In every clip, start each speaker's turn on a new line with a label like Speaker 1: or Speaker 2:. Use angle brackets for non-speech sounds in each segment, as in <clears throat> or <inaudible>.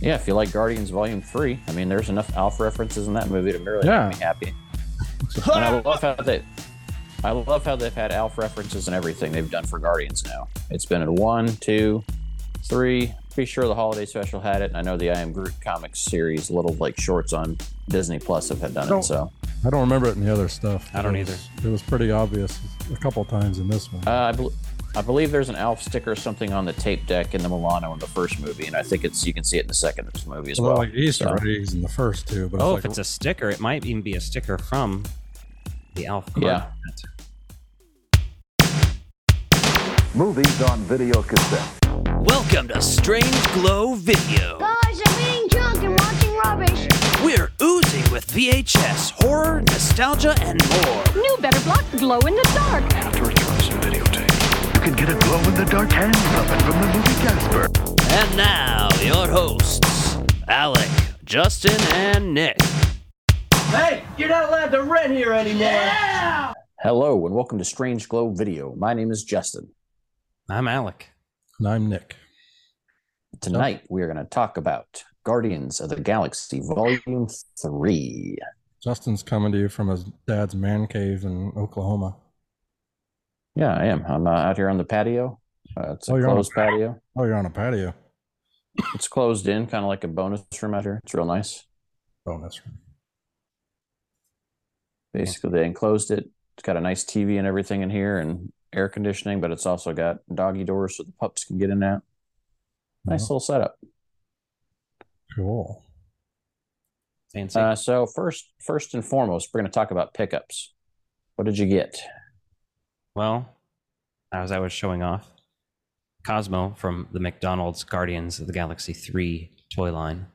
Speaker 1: Yeah, if you like Guardians Volume 3, I mean, there's enough Alf references in that movie to really
Speaker 2: Yeah.
Speaker 1: make me happy. and I love how they, I love how they've had Alf references and everything they've done for Guardians now. It's been in one, two, three. Be sure the holiday special had it, and I know the I Am Groot comics series, little like shorts on Disney Plus, have had done
Speaker 2: No.
Speaker 1: it. So
Speaker 2: I don't remember it in the other stuff.
Speaker 3: I don't
Speaker 2: It was- It was pretty obvious a couple times in this one.
Speaker 1: uh, I, bel I believe there's an Alf sticker or something on the tape deck in the Milano in the first movie, and I think it's you can see it in the second movie as
Speaker 2: well,
Speaker 1: well.
Speaker 2: like Easter
Speaker 1: So-
Speaker 2: eggs in the first two, but
Speaker 3: Oh,
Speaker 2: it's
Speaker 3: if
Speaker 2: like
Speaker 3: it's a sticker, it might even be a sticker from the Alf. Club.
Speaker 1: Yeah.
Speaker 4: Movies on video cassette.
Speaker 5: Welcome to Strange Glow Video.
Speaker 6: Guys, I'm being drunk and watching rubbish.
Speaker 5: We're oozing with VHS, horror, nostalgia, and more.
Speaker 6: New better block glow in the dark.
Speaker 7: to return some videotape. You can get a glow-in-the-dark hand puppet from the movie Casper.
Speaker 5: And now, your hosts, Alec, Justin, and Nick.
Speaker 1: Hello, and welcome to Strange Glow Video. My name is Justin.
Speaker 3: I'm Alec.
Speaker 2: and I'm Nick.
Speaker 1: Tonight, we are going to talk about Guardians of the Galaxy Volume 3.
Speaker 2: Justin's coming to you from his dad's man cave in Oklahoma.
Speaker 1: Yeah, I am. I'm uh, out here on the patio. Uh, it's a
Speaker 2: Oh, you're on
Speaker 1: closed
Speaker 2: the-
Speaker 1: patio.
Speaker 2: Oh, you're on a patio.
Speaker 1: It's closed in, kind of like a bonus room out here. It's real nice.
Speaker 2: Bonus.
Speaker 1: Basically, they enclosed it. It's got a nice TV and everything in here and air conditioning, but it's also got doggy doors so the pups can get in and out. Nice little setup.
Speaker 2: Cool.
Speaker 3: Fancy.
Speaker 1: Uh, so first, first and foremost, we're going to talk about pickups. What did you get?
Speaker 3: well, as I was showing off, Cosmo from the McDonald's Guardians of the Galaxy 3 toy line.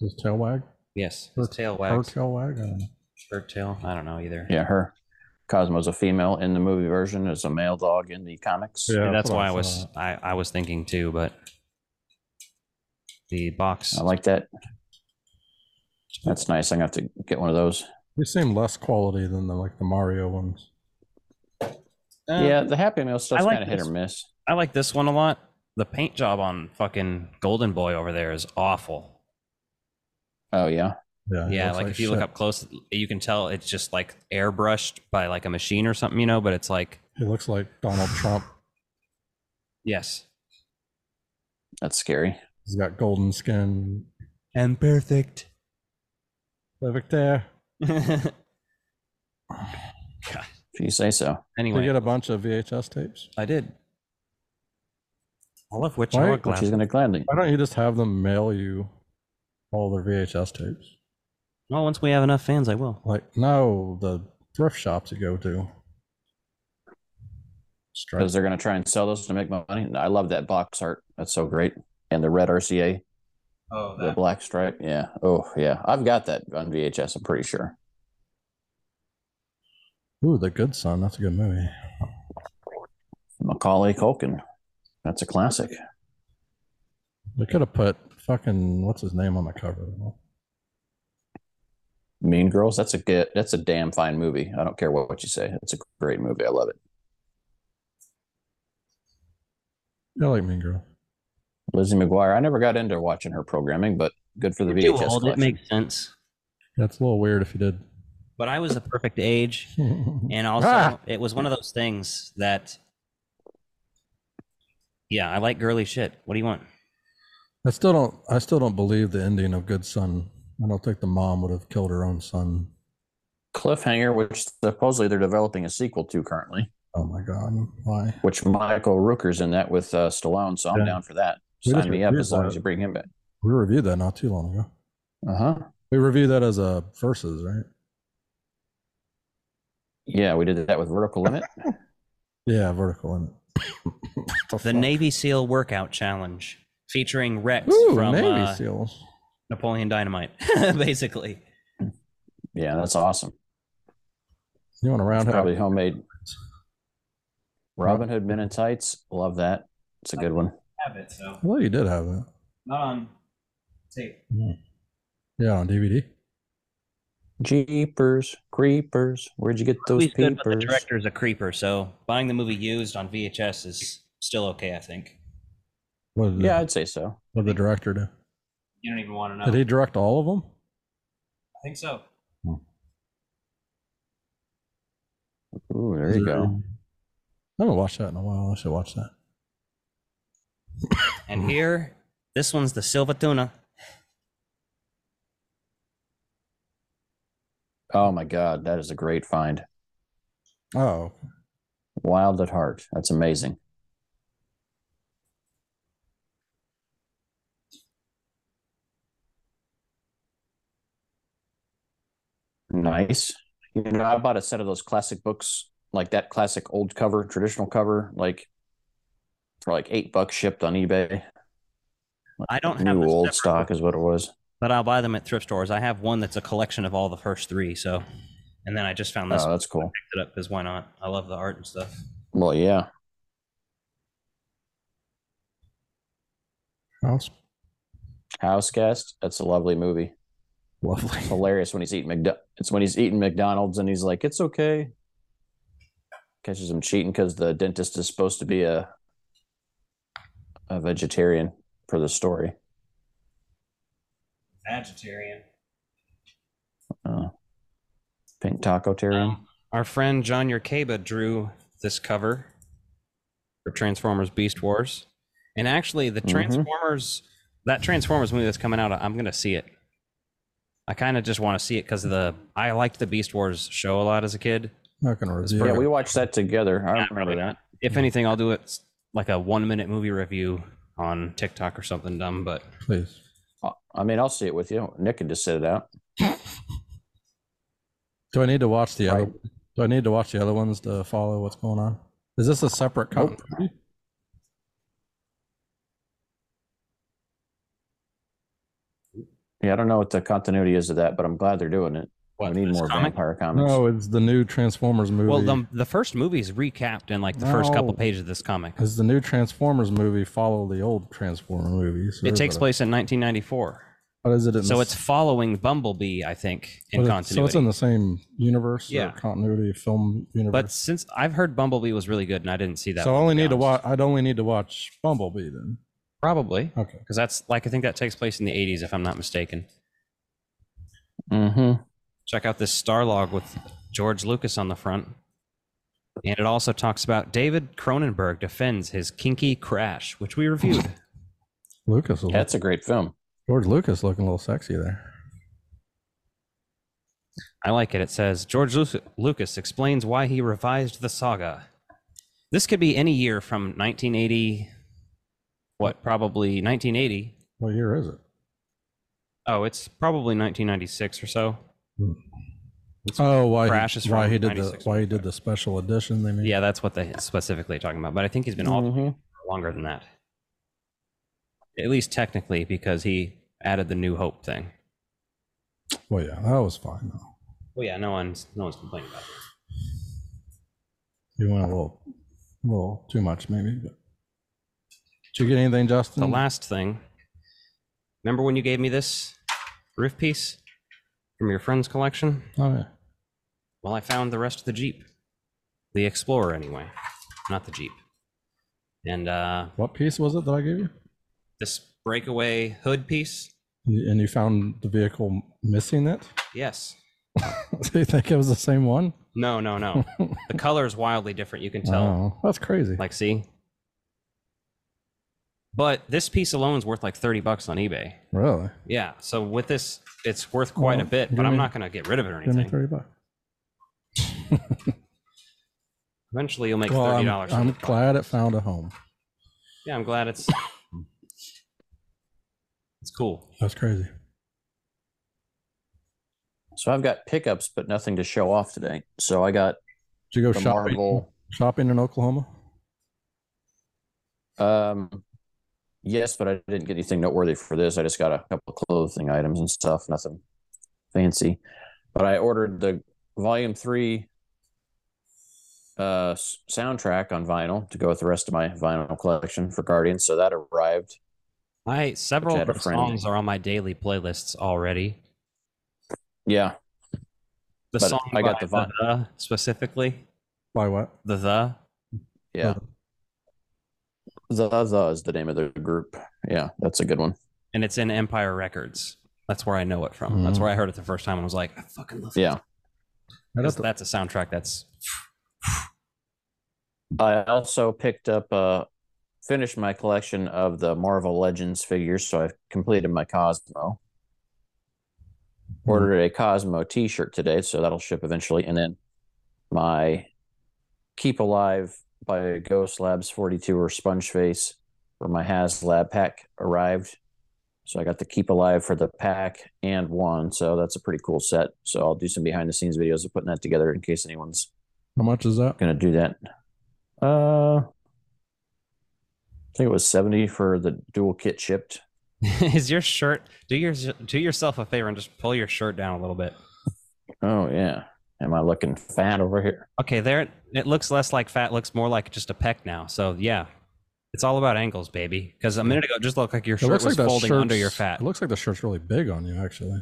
Speaker 2: His tail wag?
Speaker 3: Yes. His
Speaker 2: Her-
Speaker 3: tail
Speaker 2: Her
Speaker 3: wags.
Speaker 2: tail wag? I don't know.
Speaker 3: Her tail. I don't know either.
Speaker 1: Yeah, her. Cosmo's a female in the movie version, is a male dog in the comics.
Speaker 2: Yeah,
Speaker 3: And that's
Speaker 2: what
Speaker 3: why
Speaker 2: I
Speaker 3: I was
Speaker 2: thought.
Speaker 3: I, I was thinking too, but the box
Speaker 1: I like that. That's nice. I'm gonna have to get one of those.
Speaker 2: They seem less quality than the like the Mario ones.
Speaker 3: Uh,
Speaker 1: yeah, the Happy Meal stuff's
Speaker 3: I like
Speaker 1: kind of hit or miss.
Speaker 3: I like this one a lot. The paint job on fucking Golden Boy over there is awful.
Speaker 1: Oh yeah,
Speaker 2: Yeah. it
Speaker 3: Yeah,
Speaker 2: looks
Speaker 3: like, if you look
Speaker 2: shit.
Speaker 3: up close, you can tell it's just like airbrushed by like a machine or something, you know. But it's like,
Speaker 2: He looks like Donald Trump.
Speaker 3: yes,
Speaker 1: that's scary.
Speaker 2: He's got golden skin.
Speaker 3: and <laughs> perfect.
Speaker 2: Perfect there.
Speaker 3: God.
Speaker 1: If you say so.
Speaker 2: You
Speaker 3: Anyway,
Speaker 2: get a bunch of VHS tapes.
Speaker 3: I did. All of which
Speaker 2: Why-
Speaker 3: are
Speaker 2: which
Speaker 1: But she's
Speaker 3: glass.
Speaker 1: gonna gladly.
Speaker 2: Why don't you just have them mail you all their VHS tapes?
Speaker 3: Well, once we have enough fans, I will.
Speaker 2: Like, no, the thrift shops you go to. Strike.
Speaker 1: Because they're gonna try and sell those to make money. I love that box art. That's so great. And the red RCA,
Speaker 3: Oh,
Speaker 1: the black stripe. Yeah. Oh yeah. I've got that on VHS. I'm pretty sure.
Speaker 2: Ooh, The Good Son. That's a good movie.
Speaker 1: Macaulay Culkin. That's a classic.
Speaker 2: They could have put fucking what's his name on the cover.
Speaker 1: Mean Girls. That's a good. That's a damn fine movie. I don't care what, what you say. It's a great movie. I love it.
Speaker 2: I like Mean Girl.
Speaker 1: Lizzie McGuire. I never got into watching her programming, but good for the VHS.
Speaker 3: It
Speaker 1: collection.
Speaker 3: makes sense.
Speaker 2: That's a little weird if you did. <laughs>
Speaker 3: But I was the perfect age. And also,
Speaker 2: Ah!
Speaker 3: it was one of those things that, yeah, I like girly shit. What do you want?
Speaker 2: I still don't. I still don't believe the ending of Good Son. I don't think the mom would have killed her own son.
Speaker 1: Cliffhanger, which supposedly they're developing a sequel to currently,
Speaker 2: Oh my god, why?
Speaker 1: which Michael Rooker's in that with uh, Stallone, so I'm
Speaker 2: Yeah.
Speaker 1: down for that.
Speaker 2: We just
Speaker 1: Sign me up
Speaker 2: reviewed
Speaker 1: as long
Speaker 2: that.
Speaker 1: as you bring him back.
Speaker 2: We reviewed that not too long ago.
Speaker 1: Uh huh.
Speaker 2: We reviewed that as a versus, right?
Speaker 1: Yeah, we did that with Vertical Limit.
Speaker 2: Yeah, vertical limit.
Speaker 3: The Navy SEAL workout challenge featuring Rex
Speaker 2: Ooh,
Speaker 3: from
Speaker 2: Navy
Speaker 3: uh,
Speaker 2: SEALs.
Speaker 3: Napoleon Dynamite, <laughs> basically.
Speaker 1: yeah, that's awesome.
Speaker 2: You want a
Speaker 1: It's
Speaker 2: roundhouse?
Speaker 1: probably homemade. Robin Hood Men in Tights. Love that. It's a good one.
Speaker 3: Have it, so
Speaker 2: Well, you did have that.
Speaker 3: not on tape.
Speaker 2: Yeah, on DVD.
Speaker 1: Jeepers, creepers. Where'd you get those
Speaker 3: Those good, but the
Speaker 1: peepers?
Speaker 3: director's a creeper, so buying the movie used on VHS is still okay, I think.
Speaker 2: What did,
Speaker 1: Yeah,
Speaker 2: the,
Speaker 1: I'd say so.
Speaker 2: what did the director do?
Speaker 3: You don't even want to know.
Speaker 2: Did he direct all of them?
Speaker 3: I think so.
Speaker 1: Ooh, there you go.
Speaker 2: I haven't watched that in a while. I should watch that.
Speaker 3: And here, this one's the Silva tuna.
Speaker 1: Oh my God, that is a great find.
Speaker 2: Oh,
Speaker 1: Wild at heart. That's amazing. Nice. You know, I bought a set of those classic books, like that classic old cover, traditional cover, like for like eight bucks shipped on eBay.
Speaker 3: I don't have
Speaker 1: New
Speaker 3: a
Speaker 1: old
Speaker 3: separate
Speaker 1: stock is what it was.
Speaker 3: but I'll buy them at thrift stores. I have one that's a collection of all the first three. So, and then I just found this
Speaker 1: Oh, that's cool.
Speaker 3: picked it up because why not? I love the art and stuff.
Speaker 1: Well, yeah.
Speaker 2: house.
Speaker 1: Houseguest. That's a lovely movie. <laughs>
Speaker 3: Lovely.
Speaker 1: It's hilarious when he's eating McDo- it's when he's eating McDonald's and he's like, "It's okay." Catches him cheating because the dentist is supposed to be a a vegetarian for the story.
Speaker 3: Vegetarian.
Speaker 1: Uh, pink taco
Speaker 3: Um,
Speaker 1: terrier.
Speaker 3: Our friend John Yerkeba drew this cover for Transformers Beast Wars. And actually, the
Speaker 1: Mhm.
Speaker 3: Transformers, that Transformers movie that's coming out, I'm going to see it. I kind of just want to see it because the I liked the Beast Wars show a lot as a kid.
Speaker 2: Not gonna review.
Speaker 1: Yeah,
Speaker 2: it.
Speaker 1: we watched that together. I remember that.
Speaker 3: If anything, I'll do it s- like a one minute movie review on TikTok or something dumb. But
Speaker 2: please.
Speaker 1: I- I mean, I'll see it with you. Nick can just sit it out.
Speaker 2: Do I need to watch the other?
Speaker 1: Right.
Speaker 2: Do I need to watch the other ones to follow what's going on? Is this a separate
Speaker 1: Nope.
Speaker 2: company?
Speaker 1: Yeah, I don't know what the continuity is of that, but I'm glad they're doing it.
Speaker 3: What,
Speaker 1: we need
Speaker 3: this
Speaker 1: more
Speaker 3: comic?
Speaker 1: vampire comics.
Speaker 2: No, it's the new Transformers movie.
Speaker 3: well, the, the first movie is recapped in like the first couple
Speaker 2: No.
Speaker 3: pages of this comic.
Speaker 2: Does the new Transformers movie follow the old Transformer movie? So
Speaker 3: It takes
Speaker 2: is a-
Speaker 3: place in 1994.
Speaker 2: What is it? in
Speaker 3: So
Speaker 2: the-
Speaker 3: it's following Bumblebee, I think, in
Speaker 2: but it-
Speaker 3: continuity.
Speaker 2: So it's in the same universe,
Speaker 3: Yeah.
Speaker 2: yeah. continuity film universe.
Speaker 3: But since I've heard Bumblebee was really good, and I didn't see that.
Speaker 2: so I
Speaker 3: one,
Speaker 2: only need to
Speaker 3: be honest.
Speaker 2: watch. I'd only need to watch Bumblebee then.
Speaker 3: probably
Speaker 2: Okay.
Speaker 3: because that's like I think that takes place in the 80s, if I'm not mistaken.
Speaker 1: Mm-hmm.
Speaker 3: Check out this Starlog with George Lucas on the front, and it also talks about David Cronenberg defends his kinky crash, which we reviewed.
Speaker 2: Lucas, was,
Speaker 1: That's a great film.
Speaker 2: George Lucas, looking a little sexy there.
Speaker 3: I like it. It says George Lu- Lucas explains why he revised the saga. This could be any year from 1980. What? Probably 1980.
Speaker 2: What year is it?
Speaker 3: Oh, it's probably 1996 or so.
Speaker 2: Oh, why
Speaker 3: Crash is
Speaker 2: he, why
Speaker 3: from
Speaker 2: he did the
Speaker 3: 96,
Speaker 2: why he did the special edition? They made.
Speaker 3: Yeah, that's what they specifically are talking about. But I think he's been off
Speaker 1: Mhm.
Speaker 3: for longer than that. At least technically, because he added the New Hope thing.
Speaker 2: Well, yeah, that was fine though.
Speaker 3: Well, yeah, no one's no one's complaining about it.
Speaker 2: He went a little, a little too much maybe. But did you get anything, Justin?
Speaker 3: The last thing. Remember when you gave me this roof piece from your friend's collection?
Speaker 2: Oh yeah.
Speaker 3: Well, I found the rest of the Jeep. The Explorer, anyway. Not the Jeep. And uh,
Speaker 2: What piece was it that I gave you?
Speaker 3: this breakaway hood piece?
Speaker 2: You- And you found the vehicle missing it? <laughs>
Speaker 3: Yes.
Speaker 2: Do you think it was the same one?
Speaker 3: No, no,
Speaker 2: <laughs>
Speaker 3: no. the color is wildly different. You can tell.
Speaker 2: Oh, that's crazy.
Speaker 3: Like, see? But this piece alone is worth like 30 bucks on eBay.
Speaker 2: really?
Speaker 3: Yeah. So with this, it's worth quite a
Speaker 2: Well,
Speaker 3: bit, but
Speaker 2: give
Speaker 3: I'm
Speaker 2: me-
Speaker 3: not going to get rid of it or
Speaker 2: Give me
Speaker 3: anything.
Speaker 2: thirty bucks.
Speaker 3: Eventually, you'll make
Speaker 2: Well,
Speaker 3: $30.
Speaker 2: I'm,
Speaker 3: dollars
Speaker 2: I'm glad it found a home.
Speaker 3: yeah, I'm glad it's. It's cool.
Speaker 2: That's crazy.
Speaker 1: So I've got pickups, but nothing to show off today. So I got
Speaker 2: Did you go
Speaker 1: the
Speaker 2: shopping?
Speaker 1: Marvel.
Speaker 2: Shopping in Oklahoma?
Speaker 1: Um, yes, but I didn't get anything noteworthy for this. I just got a couple of clothing items and stuff, nothing fancy. But I ordered the volume three uh s- soundtrack on vinyl to go with the rest of my vinyl collection for Guardians. So that arrived.
Speaker 3: I several
Speaker 1: Which
Speaker 3: of
Speaker 1: had a
Speaker 3: the
Speaker 1: friend.
Speaker 3: songs are on my daily playlists already.
Speaker 1: Yeah.
Speaker 3: The
Speaker 1: But
Speaker 3: song
Speaker 1: I got
Speaker 3: by
Speaker 1: the vi-
Speaker 3: the, the specifically
Speaker 2: By what?
Speaker 3: the the
Speaker 1: Yeah. The The is the name of the group. Yeah, that's a good one.
Speaker 3: and it's in Empire Records. That's where I know it from.
Speaker 2: Hmm.
Speaker 3: That's where I heard it the first time and was like, I fucking love
Speaker 1: Yeah.
Speaker 2: I
Speaker 3: That's,
Speaker 2: don't
Speaker 3: that's a soundtrack that's <laughs>
Speaker 1: I also picked up, uh, finished my collection of the Marvel Legends figures. So I've completed my Cosmo. Ordered a Cosmo t shirt today. So that'll ship eventually. And then my Keep Alive by Ghost Labs 42 or Sponge Face for my HasLab pack arrived. So I got the Keep Alive for the pack and one. So that's a pretty cool set. So I'll do some behind the scenes videos of putting that together in case anyone's
Speaker 2: How much is that?
Speaker 1: gonna do that. Uh, I think it was seventy for the dual kit shipped.
Speaker 3: is your shirt do your do yourself a favor and just pull your shirt down a little bit.
Speaker 1: Oh yeah, am I looking fat over here?
Speaker 3: Okay, there it looks less like fat, looks more like just a pec now. So yeah. It's all about angles, baby. Because a minute ago it just looked like your
Speaker 2: it
Speaker 3: shirt
Speaker 2: looks
Speaker 3: was
Speaker 2: like that
Speaker 3: folding
Speaker 2: shirt's-
Speaker 3: under your fat.
Speaker 2: It looks like the shirt's really big on you, actually.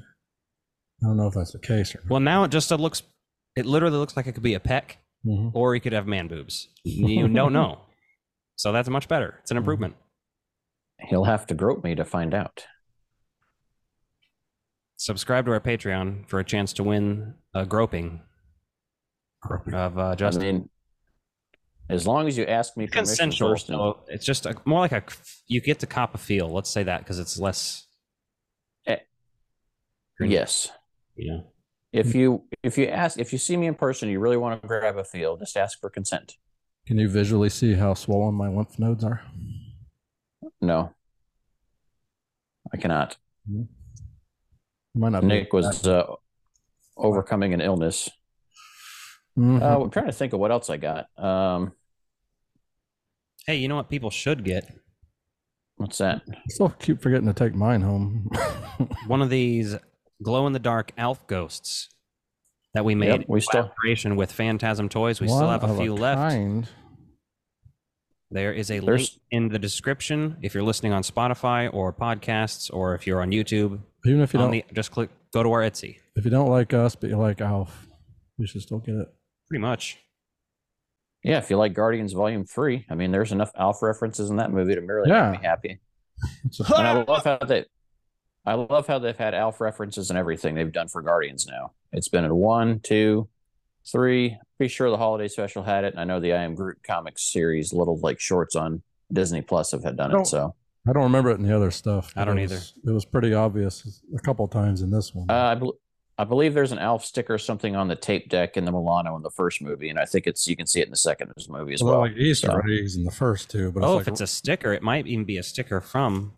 Speaker 2: I don't know if that's the case or not.
Speaker 3: Well, now it just it looks. It literally looks like it could be a peck,
Speaker 2: Mhm.
Speaker 3: or you could have man boobs.
Speaker 2: <laughs>
Speaker 3: You <laughs> don't know. So that's much better. It's an improvement.
Speaker 2: Mm-hmm.
Speaker 1: He'll have to grope me to find out.
Speaker 3: Subscribe to our Patreon for a chance to win a groping of uh,
Speaker 1: I
Speaker 3: Justin.
Speaker 1: mean, as long as you ask me permission
Speaker 3: Consensual.
Speaker 1: first, and-
Speaker 3: so it's just a, more like a. You get to cop a feel. Let's say that because it's less.
Speaker 1: Eh.
Speaker 3: Green-
Speaker 1: yes.
Speaker 3: You know.
Speaker 1: If you if you ask if you see me in person, you really want to grab a feel, just ask for consent.
Speaker 2: Can you visually see how swollen my lymph nodes are?
Speaker 1: No, I cannot.
Speaker 2: Might not. be-
Speaker 1: Nick was uh, overcoming an illness.
Speaker 2: Mhm.
Speaker 1: Uh, I'm trying to think of what else I got. Um,
Speaker 3: Hey, you know what people should get?
Speaker 1: what's that?
Speaker 2: Still keep forgetting to take mine
Speaker 3: <laughs>
Speaker 2: home.
Speaker 3: One of these glow in the dark elf ghosts that we made.
Speaker 1: Yep, we still
Speaker 3: collaboration with Phantasm Toys.
Speaker 2: <laughs>
Speaker 3: We still
Speaker 2: One
Speaker 3: have a
Speaker 2: of
Speaker 3: few left.
Speaker 2: kind.
Speaker 3: There is a link
Speaker 1: There's-
Speaker 3: in the description if you're listening on Spotify or podcasts or if you're on YouTube.
Speaker 2: Even if you
Speaker 3: on
Speaker 2: don't,
Speaker 3: the, just click go to our Etsy.
Speaker 2: if you don't like us, but you like Alf, you should still get it.
Speaker 3: Pretty much.
Speaker 1: yeah. If you like Guardians Volume Three, I mean, there's enough Alf references in that movie to merely
Speaker 2: Yeah.
Speaker 1: make me happy.
Speaker 2: It's a-
Speaker 1: And I love how they, I love how they've had Alf references and everything they've done for Guardians now. It's been in one, two, three. Be sure the holiday special had it. And I know the I Am Groot comics series, little like shorts on Disney Plus, have had done
Speaker 2: No.
Speaker 1: it. So
Speaker 2: I don't remember it in the other stuff.
Speaker 3: I
Speaker 2: but
Speaker 3: don't
Speaker 2: it was- It was pretty obvious a couple times in this one.
Speaker 1: uh, I, bel I believe there's an Alf sticker or something on the tape deck in the Milano in the first movie, and I think it's you can see it in the second movie as
Speaker 2: Well,
Speaker 1: well.
Speaker 2: like Easter
Speaker 1: so-
Speaker 2: eggs in the first two, but
Speaker 3: oh,
Speaker 2: it's
Speaker 3: if
Speaker 2: like
Speaker 3: it's a sticker, it might even be a sticker from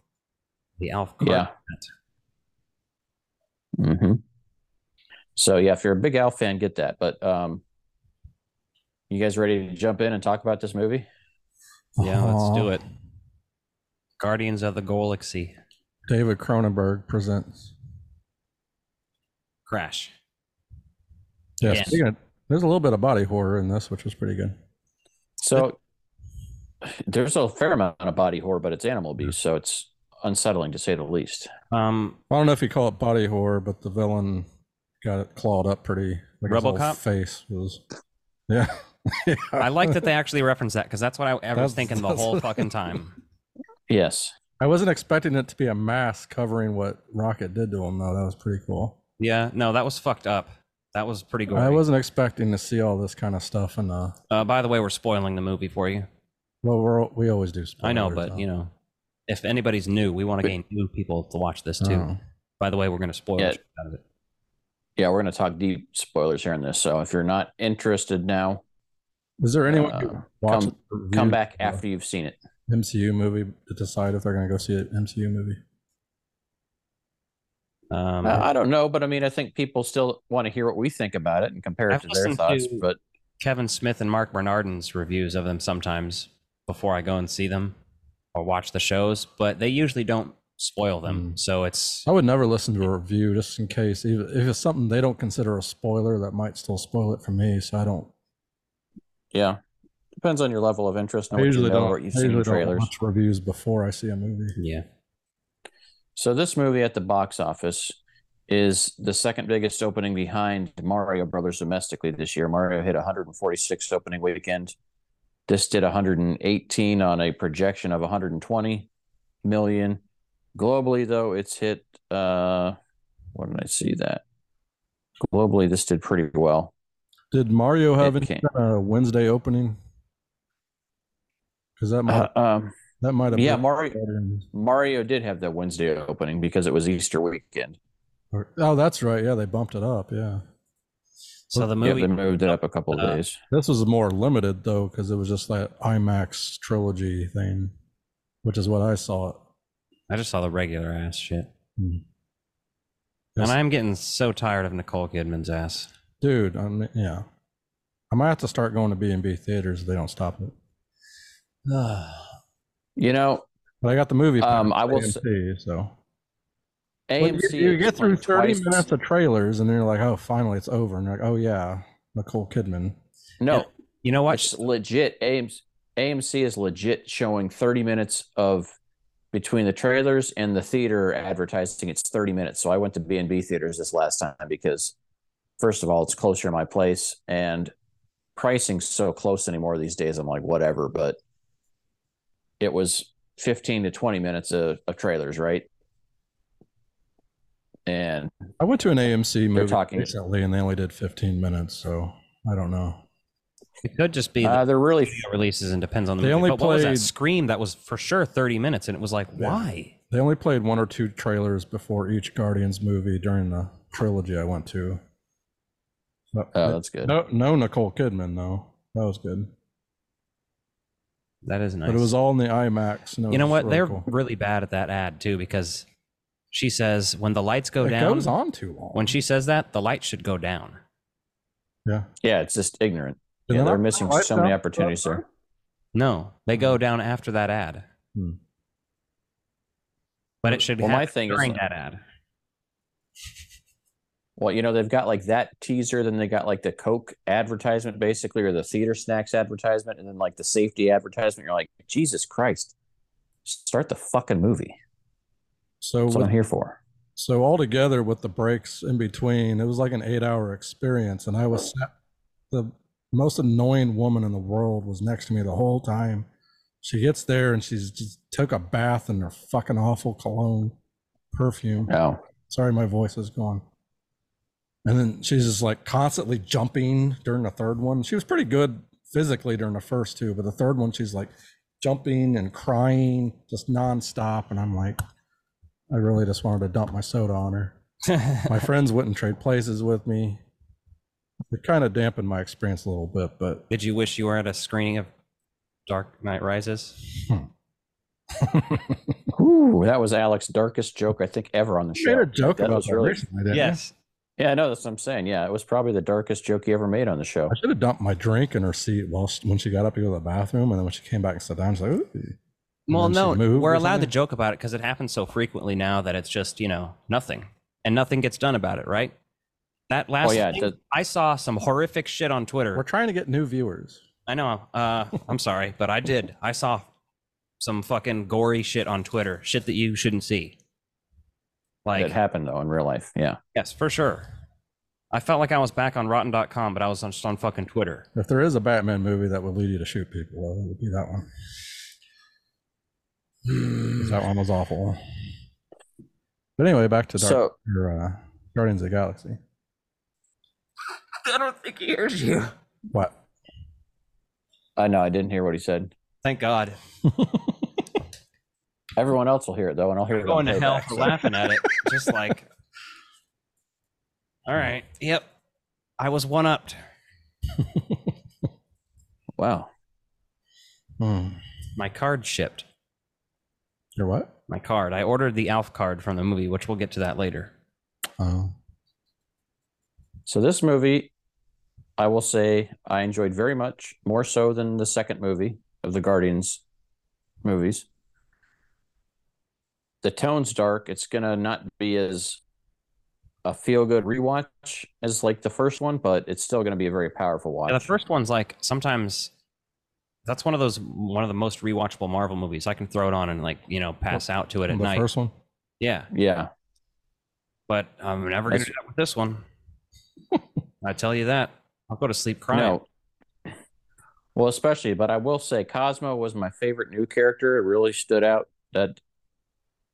Speaker 3: the Alf.
Speaker 1: Yeah.
Speaker 3: card.
Speaker 1: hmm So yeah, if you're a big Al fan, get that. But um, you guys ready to jump in and talk about this movie?
Speaker 3: Yeah, let's do
Speaker 2: Aw.
Speaker 3: it. Guardians of the Galaxy.
Speaker 2: David Cronenberg presents.
Speaker 3: Crash.
Speaker 2: Yeah,
Speaker 3: Yes.
Speaker 2: speaking of- there's a little bit of body horror in this, which was pretty good.
Speaker 1: So there's a fair amount of body horror, but it's animal abuse, so it's unsettling to say the least.
Speaker 3: Um,
Speaker 2: I don't know if you call it body horror, but the villain got it clawed up pretty. Like his whole
Speaker 3: RoboCop?
Speaker 2: face was. Yeah. <laughs> Yeah.
Speaker 3: I
Speaker 2: <laughs>
Speaker 3: like that they actually reference that because that's what I, I was
Speaker 2: That's-
Speaker 3: thinking the
Speaker 2: that's
Speaker 3: whole
Speaker 2: what-
Speaker 3: fucking time.
Speaker 1: Yes,
Speaker 2: I wasn't expecting it to be a mask covering what Rocket did to him, though. That was pretty cool.
Speaker 3: Yeah, no, that was fucked up. That was pretty gory.
Speaker 2: I wasn't expecting to see all this kind of stuff in a.
Speaker 3: Uh, by the way, we're spoiling the movie for you.
Speaker 2: Well, we're, we always do.
Speaker 3: I know,
Speaker 2: spoilers,
Speaker 3: but
Speaker 2: huh?
Speaker 3: you know, if anybody's new, we want to gain new people to watch this too.
Speaker 2: Oh.
Speaker 3: By the way, we're going to spoil the
Speaker 1: Yeah.
Speaker 3: shit out of it.
Speaker 1: yeah, we're gonna talk deep spoilers here in this. So if you're not interested now,
Speaker 2: Is there anyone
Speaker 1: Uh,
Speaker 2: who watches
Speaker 1: come-
Speaker 2: the review
Speaker 1: come back
Speaker 2: of the
Speaker 1: after you've seen it.
Speaker 2: MCU movie to decide if they're going to go see an MCU movie?
Speaker 3: Um,
Speaker 1: Uh, I don't know, but I mean, I think people still want to hear what we think about it and compare it
Speaker 3: I've
Speaker 1: to their
Speaker 3: listened
Speaker 1: thoughts.
Speaker 3: to-
Speaker 1: But
Speaker 3: Kevin Smith and Mark Bernardin's reviews of them sometimes before I go and see them or watch the shows, but they usually don't spoil
Speaker 2: Hmm.
Speaker 3: them. So it's
Speaker 2: I would never listen to a review just in case, even if it's something they don't consider a spoiler, that might still spoil it for me. So I don't.
Speaker 1: yeah, depends on your level of interest
Speaker 2: I
Speaker 1: and what you
Speaker 2: usually
Speaker 1: know
Speaker 2: don't.
Speaker 1: or what you've
Speaker 2: I
Speaker 1: seen in
Speaker 2: usually don't
Speaker 1: trailers.
Speaker 2: watch reviews before I see a movie.
Speaker 3: yeah.
Speaker 1: So this movie at the box office is the second biggest opening behind Mario Brothers domestically this year. Mario hit 146 opening weekend. This did 118 on a projection of 120 million. Globally, though, it's hit. Uh, what did I see that? Globally, this did pretty well.
Speaker 2: Did Mario have
Speaker 1: It
Speaker 2: any
Speaker 1: can't-
Speaker 2: kind of Wednesday opening? Because that might
Speaker 1: Uh, um,
Speaker 2: that might have
Speaker 1: yeah,
Speaker 2: been
Speaker 1: Mario-
Speaker 2: better than-
Speaker 1: Mario did have that Wednesday opening because it was Easter weekend.
Speaker 2: or- oh, that's right. Yeah, they bumped it up. Yeah,
Speaker 3: So
Speaker 1: Yeah,
Speaker 3: the movie
Speaker 1: they moved it up a couple of
Speaker 3: Uh,
Speaker 1: days.
Speaker 2: this was more limited though because it was just that IMAX trilogy thing, which is what I saw it.
Speaker 3: I just saw the regular ass shit.
Speaker 2: Hmm. Yes.
Speaker 3: And I'm getting so tired of Nicole Kidman's ass.
Speaker 2: Dude, I mean, yeah, I might have to start going to B and B theaters if they don't
Speaker 1: <sighs>
Speaker 2: stop it.
Speaker 1: You know,
Speaker 2: But I got the movie.
Speaker 1: Um,
Speaker 2: pass
Speaker 1: I will
Speaker 2: AMC, so Well, you-
Speaker 1: AMC.
Speaker 2: you,
Speaker 1: it's
Speaker 2: get through
Speaker 1: like
Speaker 2: thirty
Speaker 1: twice-
Speaker 2: minutes of trailers, and then you're like, "Oh, finally, it's over." And you're like, "Oh yeah, Nicole Kidman."
Speaker 1: No,
Speaker 3: You know what?
Speaker 1: It's legit. AMC, AMC is legit showing 30 minutes of between the trailers and the theater advertising. It's 30 minutes. So I went to B&B theaters this last time because, first of all, it's closer to my place and pricing's so close anymore these days. I'm like, whatever. But it was 15 to 20 minutes of, of trailers, right? And
Speaker 2: I went to an AMC movie
Speaker 1: talking-
Speaker 2: recently, and they only did 15 minutes, so I don't know.
Speaker 3: It could just be
Speaker 1: uh,
Speaker 3: the
Speaker 1: they're really
Speaker 3: releases and depends on the
Speaker 2: They
Speaker 3: movie.
Speaker 2: only
Speaker 3: but what was that
Speaker 2: played-
Speaker 3: scream that was for sure 30 minutes and it was like, why?
Speaker 2: They only played one or two trailers before each Guardians movie during the trilogy I went to. But-
Speaker 1: Oh, that's good.
Speaker 2: No, no Nicole Kidman though. That was good,
Speaker 3: That is nice.
Speaker 2: but it was all in the IMAX. And it
Speaker 3: you know
Speaker 2: was
Speaker 3: what?
Speaker 2: really
Speaker 3: They're
Speaker 2: cool.
Speaker 3: really bad at that ad too because she says when the lights go
Speaker 2: It
Speaker 3: down,
Speaker 2: goes on too long.
Speaker 3: when she says that, the lights should go down.
Speaker 2: yeah,
Speaker 1: yeah, it's just ignorant.
Speaker 2: Did
Speaker 1: Yeah,
Speaker 2: they
Speaker 1: they're
Speaker 2: not
Speaker 1: missing
Speaker 2: lights
Speaker 1: so many
Speaker 2: out?
Speaker 1: opportunities there.
Speaker 3: No, they go down after that ad.
Speaker 2: Mm-hmm. Hmm.
Speaker 3: But it should be
Speaker 1: Well, my thing is-
Speaker 3: during that ad.
Speaker 1: Well, you know, they've got like that teaser, then they got like the Coke advertisement, basically, or the theater snacks advertisement, and then like the safety advertisement. You're like, Jesus Christ, start the fucking movie.
Speaker 2: So
Speaker 1: That's what
Speaker 2: with-
Speaker 1: I'm here for.
Speaker 2: So altogether, with the breaks in between, it was like an eight-hour experience, and I was sat, the most annoying woman in the world was next to me the whole time. She gets there and she's just took a bath in her fucking awful cologne perfume.
Speaker 1: No,
Speaker 2: Sorry, my voice is gone. And then she's just like constantly jumping during the third one. She was pretty good physically during the first two, but the third one, she's like jumping and crying just nonstop. And I'm like, I really just wanted to dump my soda on her.
Speaker 3: <laughs>
Speaker 2: My friends wouldn't trade places with me. It kind of dampened my experience a little bit, but
Speaker 3: Did you wish you were at a screening of Dark Knight Rises?
Speaker 1: Ooh, that was Alex's darkest joke I think ever on the
Speaker 2: you
Speaker 1: show.
Speaker 2: made a joke
Speaker 1: that
Speaker 2: about
Speaker 1: was
Speaker 2: that
Speaker 1: really.
Speaker 2: recently, didn't you?
Speaker 3: Yes.
Speaker 1: Yeah, I know that's what I'm saying. Yeah, it was probably the darkest joke he ever made on the show.
Speaker 2: I should have dumped my drink in her seat while she, when she got up to go to the bathroom, and then when she came back and sat down, she's like, "Ooh." And
Speaker 3: Well,
Speaker 2: then she
Speaker 3: no,
Speaker 2: moved
Speaker 3: we're
Speaker 2: or
Speaker 3: allowed to
Speaker 2: something.
Speaker 3: joke about it because it happens so frequently now that it's just, you know, nothing. And nothing gets done about it, right? That last
Speaker 1: Oh, yeah,
Speaker 3: thing,
Speaker 1: the-
Speaker 3: I saw some horrific shit on Twitter.
Speaker 2: We're trying to get new viewers.
Speaker 3: I know. Uh, <laughs> I'm sorry, but I did. I saw some fucking gory shit on Twitter. Shit that you shouldn't see. Like,
Speaker 1: it happened though in real life. Yeah.
Speaker 3: yes, for sure. I felt like I was back on Rotten.com, but I was on- just on fucking Twitter.
Speaker 2: If there is a Batman movie that would lead you to shoot people, well, it would be that one. <sighs> 'Cause that one was awful. But anyway, back to Dark,
Speaker 1: So-
Speaker 2: or, uh, Guardians of the Galaxy.
Speaker 3: I don't think he hears you.
Speaker 2: What?
Speaker 1: I know. I didn't hear what he said.
Speaker 3: Thank God.
Speaker 1: Everyone else will hear it though, and I'll hear it.
Speaker 3: We're
Speaker 1: on
Speaker 3: going to hell
Speaker 1: playback,
Speaker 3: for
Speaker 1: so-
Speaker 3: laughing at it.
Speaker 1: <laughs>
Speaker 3: Just like. All right. Yep. I was one upped.
Speaker 1: Wow.
Speaker 2: Hmm.
Speaker 3: My card shipped.
Speaker 2: Your what?
Speaker 3: My card. I ordered the ALF card from the movie, which we'll get to that later.
Speaker 2: Oh,
Speaker 1: So this movie, I will say, I enjoyed very much more so than the second movie of the Guardians movies. The tone's dark. It's gonna not be as a feel good rewatch as like the first one, but it's still gonna be a very powerful watch.
Speaker 3: Yeah, the first one's like sometimes that's one of those one of the most rewatchable Marvel movies. I can throw it on and like you know pass out to it
Speaker 2: the
Speaker 3: at night.
Speaker 2: first one.
Speaker 3: Yeah,
Speaker 1: yeah,
Speaker 3: but I'm never gonna
Speaker 1: That's-
Speaker 3: do that with this
Speaker 1: <laughs>
Speaker 3: one. I tell you that I'll go to sleep crying.
Speaker 1: no. Well, especially, but I will say Cosmo was my favorite new character. It really stood out. That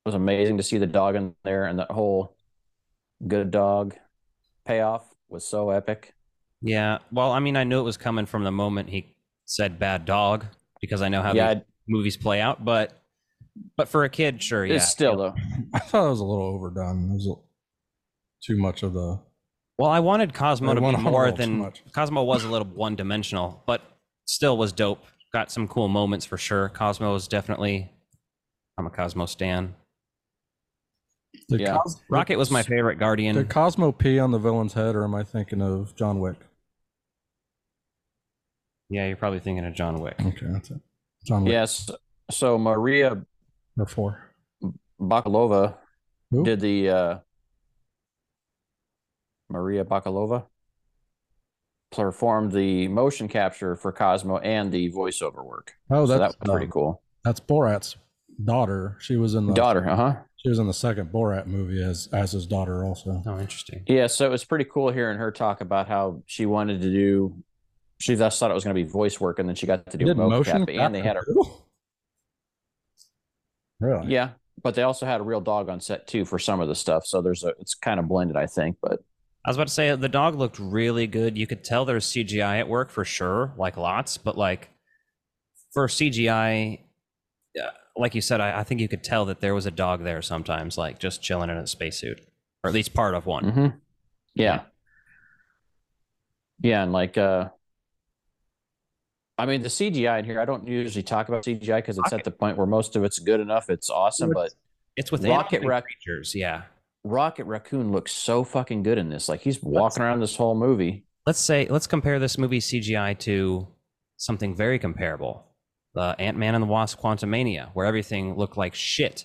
Speaker 1: was amazing to see the dog in there, and that whole good dog payoff was so epic.
Speaker 3: Yeah. Well, I mean, I knew it was coming from the moment he said "bad dog" because I know how
Speaker 1: yeah,
Speaker 3: these movies play out. But, but for a kid, sure,
Speaker 1: it's
Speaker 3: yeah.
Speaker 1: still though.
Speaker 2: I thought it was a little overdone. It was a- too much of the.
Speaker 3: Well, I wanted Cosmo
Speaker 2: I
Speaker 3: to be
Speaker 2: wanted a
Speaker 3: more
Speaker 2: little too
Speaker 3: than
Speaker 2: much.
Speaker 3: Cosmo was a little one dimensional, but still was dope. Got some cool moments for sure. Cosmo was definitely. I'm a Cosmo stan.
Speaker 2: Did
Speaker 1: Yeah.
Speaker 2: Cos-
Speaker 3: Rocket was my favorite Guardian.
Speaker 2: Did Cosmo pee on the villain's head, or am I thinking of John Wick?
Speaker 3: Yeah, you're probably thinking of John Wick.
Speaker 2: Okay, that's it. John Wick
Speaker 1: Yes. So Maria
Speaker 2: or four.
Speaker 1: Bakalova
Speaker 2: Who?
Speaker 1: did the uh, Maria Bakalova performed the motion capture for Cosmo and the voiceover work.
Speaker 2: Oh,
Speaker 1: so
Speaker 2: that's
Speaker 1: that was pretty
Speaker 2: um,
Speaker 1: cool.
Speaker 2: That's Borat's daughter. She was in the
Speaker 1: Daughter, uh huh.
Speaker 2: she was in the second Borat movie as as his daughter also.
Speaker 3: Oh, interesting.
Speaker 1: Yeah, so it was pretty cool hearing her talk about how she wanted to do. She thus thought it was going to be voice work, and then she got to do
Speaker 2: Did motion
Speaker 1: mocap, and they had a
Speaker 2: capture too? <laughs> Really?
Speaker 1: yeah, but they also had a real dog on set too for some of the stuff. So there's a it's kind of blended, I think. But
Speaker 3: I was about to say the dog looked really good. You could tell there was CGI at work for sure, like lots, but like for CGI, yeah, uh, like you said, I, I think you could tell that there was a dog there sometimes, like just chilling in a spacesuit, or at least part of one.
Speaker 1: mhm. yeah, yeah, and like uh, I mean the CGI in here. I don't usually talk about CGI because it's at the point where most of it's good enough, it's awesome, but
Speaker 3: It's with
Speaker 1: Rocket
Speaker 3: animals and
Speaker 1: Rac-
Speaker 3: creatures, yeah.
Speaker 1: Rocket Raccoon looks so fucking good in this. Like he's walking around this whole movie.
Speaker 3: Let's say let's compare this movie CGI to something very comparable, the Ant Man and the Wasp: Quantumania, where everything looked like shit,